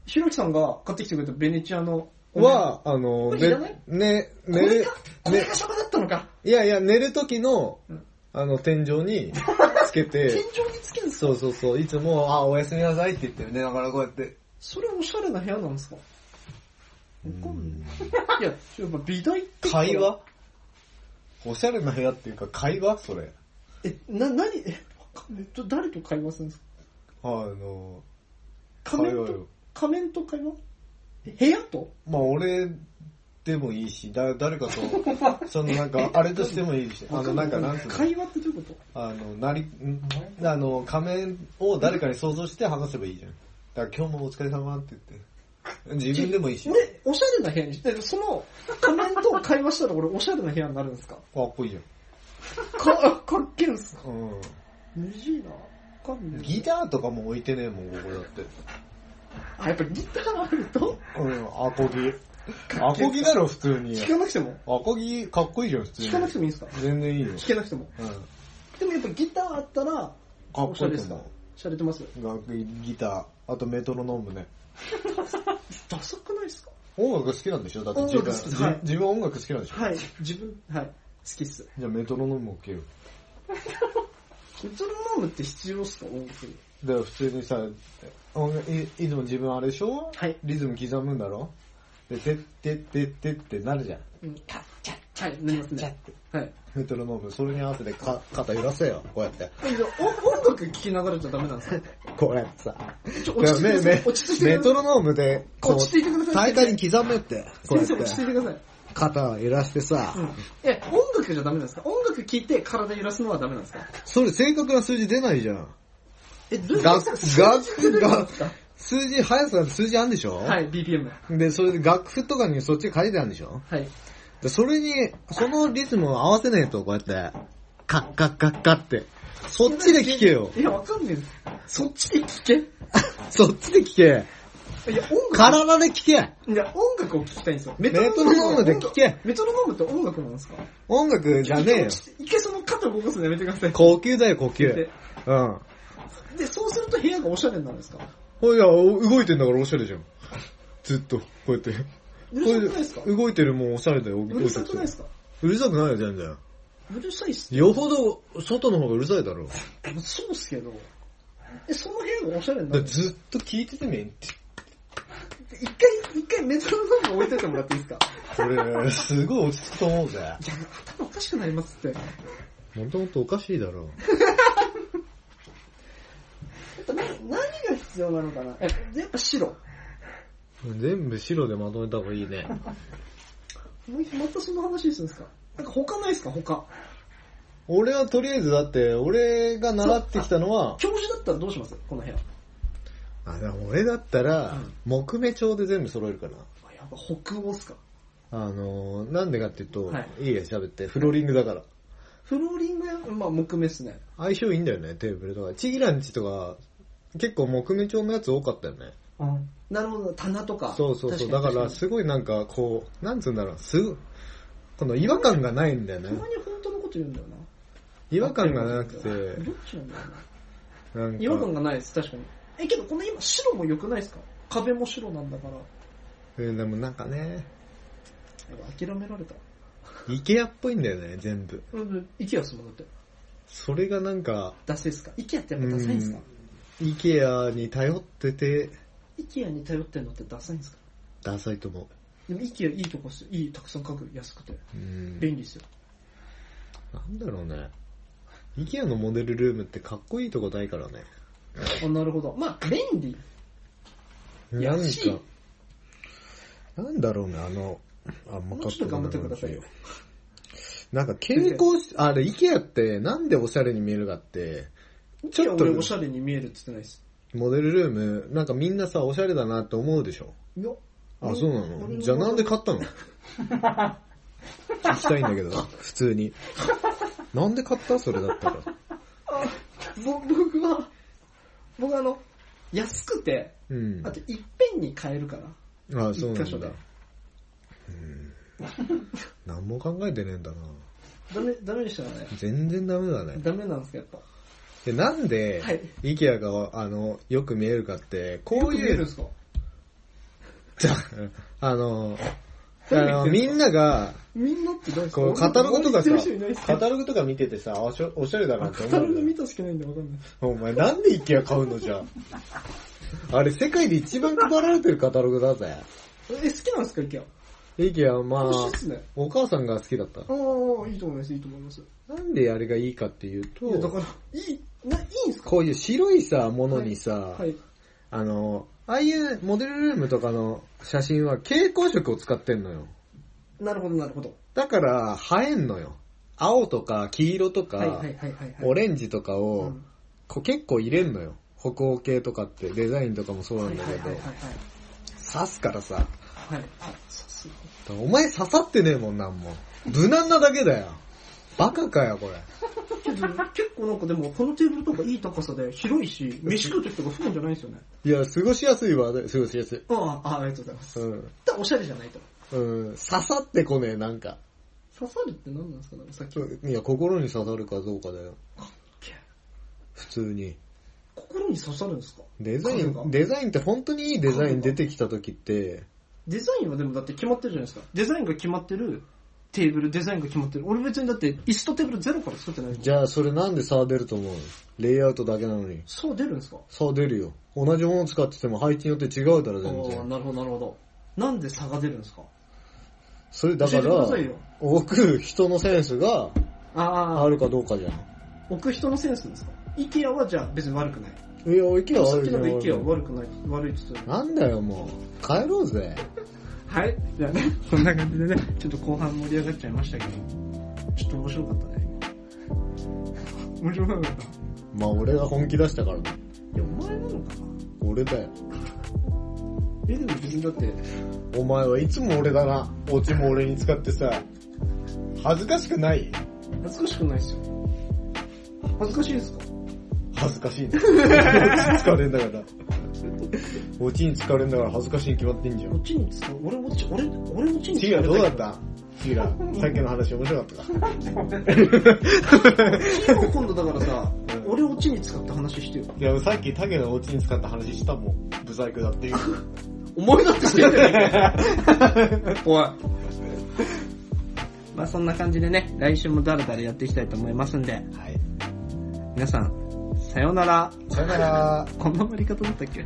Speaker 1: ひろきさんが買ってきてくれたベネチアの、
Speaker 2: は、あの、
Speaker 1: これいらない
Speaker 2: ね、
Speaker 1: こ
Speaker 2: ね、寝
Speaker 1: れ
Speaker 2: る
Speaker 1: か、これ
Speaker 2: ね
Speaker 1: が、白だったのか。
Speaker 2: いやいや、寝る時の
Speaker 1: うん、
Speaker 2: あの、天井につけ
Speaker 1: 天井 [laughs]
Speaker 2: て
Speaker 1: に、つけるんですか
Speaker 2: そうそうそう、いつも、あ、おやすみなさいって言って寝ながらこうやって、
Speaker 1: それおしゃれな部屋なんですかわかん [laughs] ない。いや、やっぱ美大って。
Speaker 2: 会話おしゃれな部屋っていうか会話それ。
Speaker 1: え、な、なに、え、わかんないど誰と会話するんですか
Speaker 2: あの、
Speaker 1: 仮面
Speaker 2: 会話
Speaker 1: と
Speaker 2: よ、
Speaker 1: 仮面と会話え部屋と
Speaker 2: まあ俺でもいいし、だ
Speaker 1: [laughs]
Speaker 2: 誰かと、そのなんか、あれとしてもいいし、あのなんかなんつうの、
Speaker 1: 会話ってどういうこ
Speaker 2: あの、なり、んあの、仮面を誰かに想像して話せばいいじゃん。だから今日もお疲れ様って言って。自分でもいいし、
Speaker 1: と
Speaker 2: かっ
Speaker 1: で、おしゃれな部屋にして、その仮面と会話したら俺おしゃれな部屋になるんですか
Speaker 2: こいいじ
Speaker 1: か、かっけえんすか
Speaker 2: ゃん。うん。
Speaker 1: むじいな。わかんない。
Speaker 2: ギターとかも置いてねえもん、ここだって。
Speaker 1: あ、やっぱりギターあると
Speaker 2: うん、アコギ。アコギだろ、普通に。
Speaker 1: 弾かなくても
Speaker 2: アコギ、かっこいいじゃん、普通に。
Speaker 1: 弾かなくてもいいんですか
Speaker 2: 全然いいよ。
Speaker 1: 弾けなくても。
Speaker 2: うん。か
Speaker 1: でもやっぱギターあったら、
Speaker 2: っこいい
Speaker 1: です
Speaker 2: と
Speaker 1: か
Speaker 2: 思
Speaker 1: しゃれてます
Speaker 2: う。楽器ギター、あとメトロノームね。
Speaker 1: ダサくないですか
Speaker 2: 音楽好きなんでしょだって自
Speaker 1: 音
Speaker 2: 分、
Speaker 1: 楽好きはい
Speaker 2: じ自分音楽好きなんでしょ
Speaker 1: はい、自分、はい、好きっす。
Speaker 2: じゃあメトロノーム置けよ。
Speaker 1: メトロノームって必要っすか音楽に。
Speaker 2: だから普通にさ、音楽いいつも自分あれでしょ
Speaker 1: はい
Speaker 2: リズム刻むんだろで、てってってってってなるじゃん。
Speaker 1: うん、チャッチャッチャッ、なりますね。はい。
Speaker 2: メトロノーム、それに合わせてか肩揺らせよ、こうやって。
Speaker 1: えじゃあお音楽聴きながらじゃダメなんですか
Speaker 2: こうやってさ。
Speaker 1: [laughs] ちょ落ち着いてください
Speaker 2: め。め
Speaker 1: 落ち着いて
Speaker 2: メ
Speaker 1: く
Speaker 2: ト
Speaker 1: ださ
Speaker 2: ロノームで、
Speaker 1: い。落ち着いてください。
Speaker 7: 大会に刻むって、こうや
Speaker 1: 先
Speaker 7: って
Speaker 1: 生落ち着いてください。
Speaker 7: 肩を揺らしてさ、
Speaker 1: うん。え、音楽じゃダメなんですか音楽聴いて体揺らすのはダメなんですか
Speaker 7: それ正確な数字出ないじゃん。
Speaker 1: え、どういう
Speaker 7: 楽
Speaker 1: どういうこと
Speaker 7: 楽
Speaker 1: ですか
Speaker 7: 数字、速さ、数字あるんでしょ
Speaker 1: はい、BPM。
Speaker 7: で、それで楽譜とかにそっち書いてあるんでしょ
Speaker 1: はい。
Speaker 7: で、それに、そのリズムを合わせねえと、こうやって、カッカッカッカって。そっちで聞けよ。
Speaker 1: いや、わかんねえです。そっちで聴けい
Speaker 7: そっちで聞け。
Speaker 1: や、音楽、
Speaker 7: 体で聞け。
Speaker 1: いや、音楽を聴きたいんですよ。メ
Speaker 7: メトロノームで聴け
Speaker 1: メトロノームって音楽なんですか
Speaker 7: 音楽じゃねえよ。
Speaker 1: 一回その肩動かすのやめてください。
Speaker 7: 呼吸だよ、呼吸
Speaker 1: で。
Speaker 7: うん。
Speaker 1: で、そうすると部屋がおしゃれになるんですか
Speaker 7: ほいや、お動いてんだからおしゃれじゃん。ずっと、こうやって。
Speaker 1: うるさくないですか
Speaker 7: これ動いてるもんおしゃれだよ。
Speaker 1: うるさくないですか
Speaker 7: うるさくないよ、全然。
Speaker 1: うるさいっす。
Speaker 7: よほど、外の方がうるさいだろ。
Speaker 1: そうっすけど。え、その部屋がおしゃれにな
Speaker 2: [laughs] だから
Speaker 1: る
Speaker 2: ずっと聞いててめんって。
Speaker 1: 一回、一回メトロノーム置いといてもらっていいですか
Speaker 2: これ、すごい落ち着くと思う [laughs] ぜ。
Speaker 1: いや、頭おかしくなりますって。
Speaker 7: もともとおかしいだろ。
Speaker 1: な何が必要なのかなえ、やっぱ白。
Speaker 7: 全部白でまとめた方がいいね。
Speaker 1: もうまたその話するんですかなんか他ないですか他。
Speaker 2: 俺はとりあえずだって、俺が習ってきたのは、
Speaker 1: 教授だったらどうしますこの部屋。
Speaker 2: あ、でも俺だったら、木目調で全部揃えるかな。
Speaker 1: あやっぱ北欧っすか
Speaker 2: あのー、なんでかっていうと、
Speaker 1: はい
Speaker 2: い、いや喋って、フローリングだから。
Speaker 1: フローリングや、まあ木目っすね。
Speaker 2: 相性いいんだよね、テーブルとか。チギランチとか、結構木目調のやつ多かったよね。
Speaker 4: うん。
Speaker 1: なるほど、棚とか。
Speaker 2: そうそうそう。だ
Speaker 1: 確
Speaker 2: か
Speaker 1: に
Speaker 2: ら、すごいなんか、こう、なんつうんだろう、すぐ、この違和感がないんだよね
Speaker 1: た。まに本当のこと言うんだよな。
Speaker 2: 違和感がなく
Speaker 1: ど
Speaker 2: て、
Speaker 1: っちなんだろうな。
Speaker 2: なん
Speaker 1: 違和感
Speaker 2: か、
Speaker 1: がないです、確かに。え、けどこの今白も良くないですか壁も白なんだから。
Speaker 2: えーでもなんかね、
Speaker 1: やっぱ諦められた。
Speaker 2: イケアっぽいんだよね、全部。
Speaker 1: うん、イケアっすもんだって。
Speaker 2: それがなんか、
Speaker 1: ダセいっすかイケアってやっぱダサいんですか
Speaker 2: イケアに頼ってて、
Speaker 1: イケアに頼ってるのってダサいんですか
Speaker 2: ダサいと思
Speaker 1: でもイケアいいとこっすよ。いい、たくさん家具安くて。
Speaker 2: う。うん。
Speaker 1: 便利っすよ。
Speaker 2: なんだろうね。イケアのモデルルームってかっこいいとこないからね。
Speaker 1: あ、なるほど。まあ、便利。いや
Speaker 2: なんか
Speaker 1: し、
Speaker 2: なんだろうね、あの、あんま
Speaker 1: もうちょっと頑張ってくださいよ。
Speaker 2: なんか傾向し、あれ、イケアってなんでおしゃれに見えるかって、
Speaker 1: ち
Speaker 2: ち
Speaker 1: ょ
Speaker 2: ょ
Speaker 1: っ
Speaker 2: っ
Speaker 1: と
Speaker 2: と
Speaker 1: 俺おしゃれに見えるって言ってないです。
Speaker 2: モデルルーム、なんかみんなさ、おしゃれだなって思うでしょ。
Speaker 1: いや。
Speaker 2: あ、そうな
Speaker 1: 俺
Speaker 2: のじゃあなんで買ったの聞きたいんだけど、普通に。なんで買ったそれだったら。
Speaker 1: ぼ僕は、僕あの、安くて、
Speaker 2: うん。
Speaker 1: あといっぺんに買えるから。
Speaker 2: あ、そうな
Speaker 1: 一箇所
Speaker 2: んだ
Speaker 1: で。
Speaker 2: 何も考えてねえんだな。
Speaker 1: ダメ、ダメでしたね。
Speaker 2: 全然ダメだね。
Speaker 1: ダメなんですか、やっぱ。
Speaker 2: で、なんで
Speaker 1: はい、
Speaker 2: イケアが、あの、よく見えるかって、こう
Speaker 1: よく見え
Speaker 2: い
Speaker 1: るん
Speaker 2: う
Speaker 1: で、すか
Speaker 2: じゃああの、あの、みんなが、
Speaker 1: みんなって誰ですか
Speaker 2: こう、カタログとかさ
Speaker 1: 俺俺言ってる人いないっ、す
Speaker 2: カ
Speaker 1: よ
Speaker 2: タログとか見ててさ、あおしゃおしゃれだなって
Speaker 1: カ
Speaker 2: 思
Speaker 1: タロ
Speaker 2: う
Speaker 1: グ
Speaker 2: よね
Speaker 1: 見。たしかないんでわかんない。
Speaker 2: お前なんで IKEA 買うのじゃあ。あれ、世界で一番配られてるカタログだぜ。
Speaker 1: え、好きなんですか、イケア。
Speaker 2: IKEA、ま
Speaker 1: 欲しいっ
Speaker 2: あ、
Speaker 1: すね。
Speaker 2: お母さんが好きだった。
Speaker 1: ああ、いいと思います、いいと思います。い
Speaker 2: なんであれがいいかっていうと
Speaker 1: や、、だから、いい、な、いいんすか
Speaker 2: こういう白いさ、ものにさ、
Speaker 1: はい。
Speaker 2: あの、ああいうモデルルームとかの写真は蛍光色を使ってんのよ。
Speaker 1: なるほど、なるほど。
Speaker 2: だから、映えんのよ。青とか黄色とか、
Speaker 1: はいはいはいはいはい。
Speaker 2: オレンジとか
Speaker 1: う
Speaker 2: を
Speaker 1: ん
Speaker 2: こう結構入れんのよ。歩行系とかって、デザインとかもそうなんだけど、
Speaker 1: はいはいはい
Speaker 2: 刺すからさ。
Speaker 1: はい。はい。あさすが
Speaker 2: お前刺さってねえもんなんも。無難なだけだよ。バカかよ、これ。
Speaker 1: けど、結構なんかでも、このテーブルとかいい高さで広いし、飯食う時とか不便じゃないんですよね。
Speaker 2: いや、過ごしやすいわ、過ごしやすい。
Speaker 1: ああ、ああありがとうございます。
Speaker 2: うん。
Speaker 1: だおしゃれじゃないと。
Speaker 2: うん。刺さってこねえ、なんか。
Speaker 1: 刺さるって何なんですかね、さっきの。
Speaker 2: いや、心に刺さるかどうかだよ。普通に。
Speaker 1: 心に刺さるんですか
Speaker 2: デザイ
Speaker 1: 彼が
Speaker 2: ン、デザインって本当にいいデザイン出てきた時って、
Speaker 1: デザインはでもだって決まってるじゃないですか。デザインが決まってるテーブル、デザインが決まってる。俺別にだって椅子とテーブルゼロから作ってないじゃん。
Speaker 2: じゃあそれなんで差出ると思うレイアウトだけなのに。
Speaker 1: そう出るんですか
Speaker 2: 差出るよ。同じものを使ってても配置によって違うだろ、
Speaker 1: ああ
Speaker 2: 全
Speaker 1: ー、
Speaker 2: 然。
Speaker 1: なるほどなるほど。なんで差が出るんですか
Speaker 2: それだか
Speaker 1: 教えて
Speaker 2: ら
Speaker 1: くださいよ、
Speaker 2: 置く人のセンスが
Speaker 1: あ
Speaker 2: あ
Speaker 1: あ、
Speaker 2: るかどうかじゃん。
Speaker 1: 置く人のセンスですか ?IKEA はじゃあ別に悪くない。
Speaker 2: いや、意見は
Speaker 1: さっ
Speaker 2: 悪い
Speaker 1: き
Speaker 2: じゃ
Speaker 1: の
Speaker 2: ん
Speaker 1: IKEA は悪くない、悪いっつって
Speaker 2: なんだよ、もう。帰ろうぜ。
Speaker 1: はい。じゃあね、そんな感じでね、ちょっと後半盛り上がっちゃいましたけど、ちょっと面白かったね。面白くなかった。い
Speaker 2: まあ俺が本気出したからね。
Speaker 1: や、お前なのかな
Speaker 2: 俺だよ。
Speaker 1: え、でも別にだって、
Speaker 2: お前はいつも俺だな。オチも俺に使ってさ。恥ずかしくない
Speaker 1: 恥ずかしくないですよ。恥ずかしいですか
Speaker 2: 恥ずか [laughs] しいね。疲れんだから。オチに疲れんだから恥ずかしいに決まってんじゃ
Speaker 1: こ
Speaker 2: ん
Speaker 1: っ。ちに使う俺もち、俺、俺もちに
Speaker 2: チ
Speaker 1: 使
Speaker 2: ーラどうだ
Speaker 1: っ
Speaker 2: ったチーラ、さっきの話面白かったか。
Speaker 1: [laughs] 今度だからさ、俺をちに使った話してよ。
Speaker 2: いや、さっきタケのオチに使った話したもん。ブサイクだっていう。
Speaker 1: お前だってしてんだよ。おい。まあそんな感じでね、来週もダラダラやっていきたいと思いますんで、
Speaker 2: はい。
Speaker 1: 皆さん、さようなら。
Speaker 2: さよなら。
Speaker 1: こんな終わり方だったっけ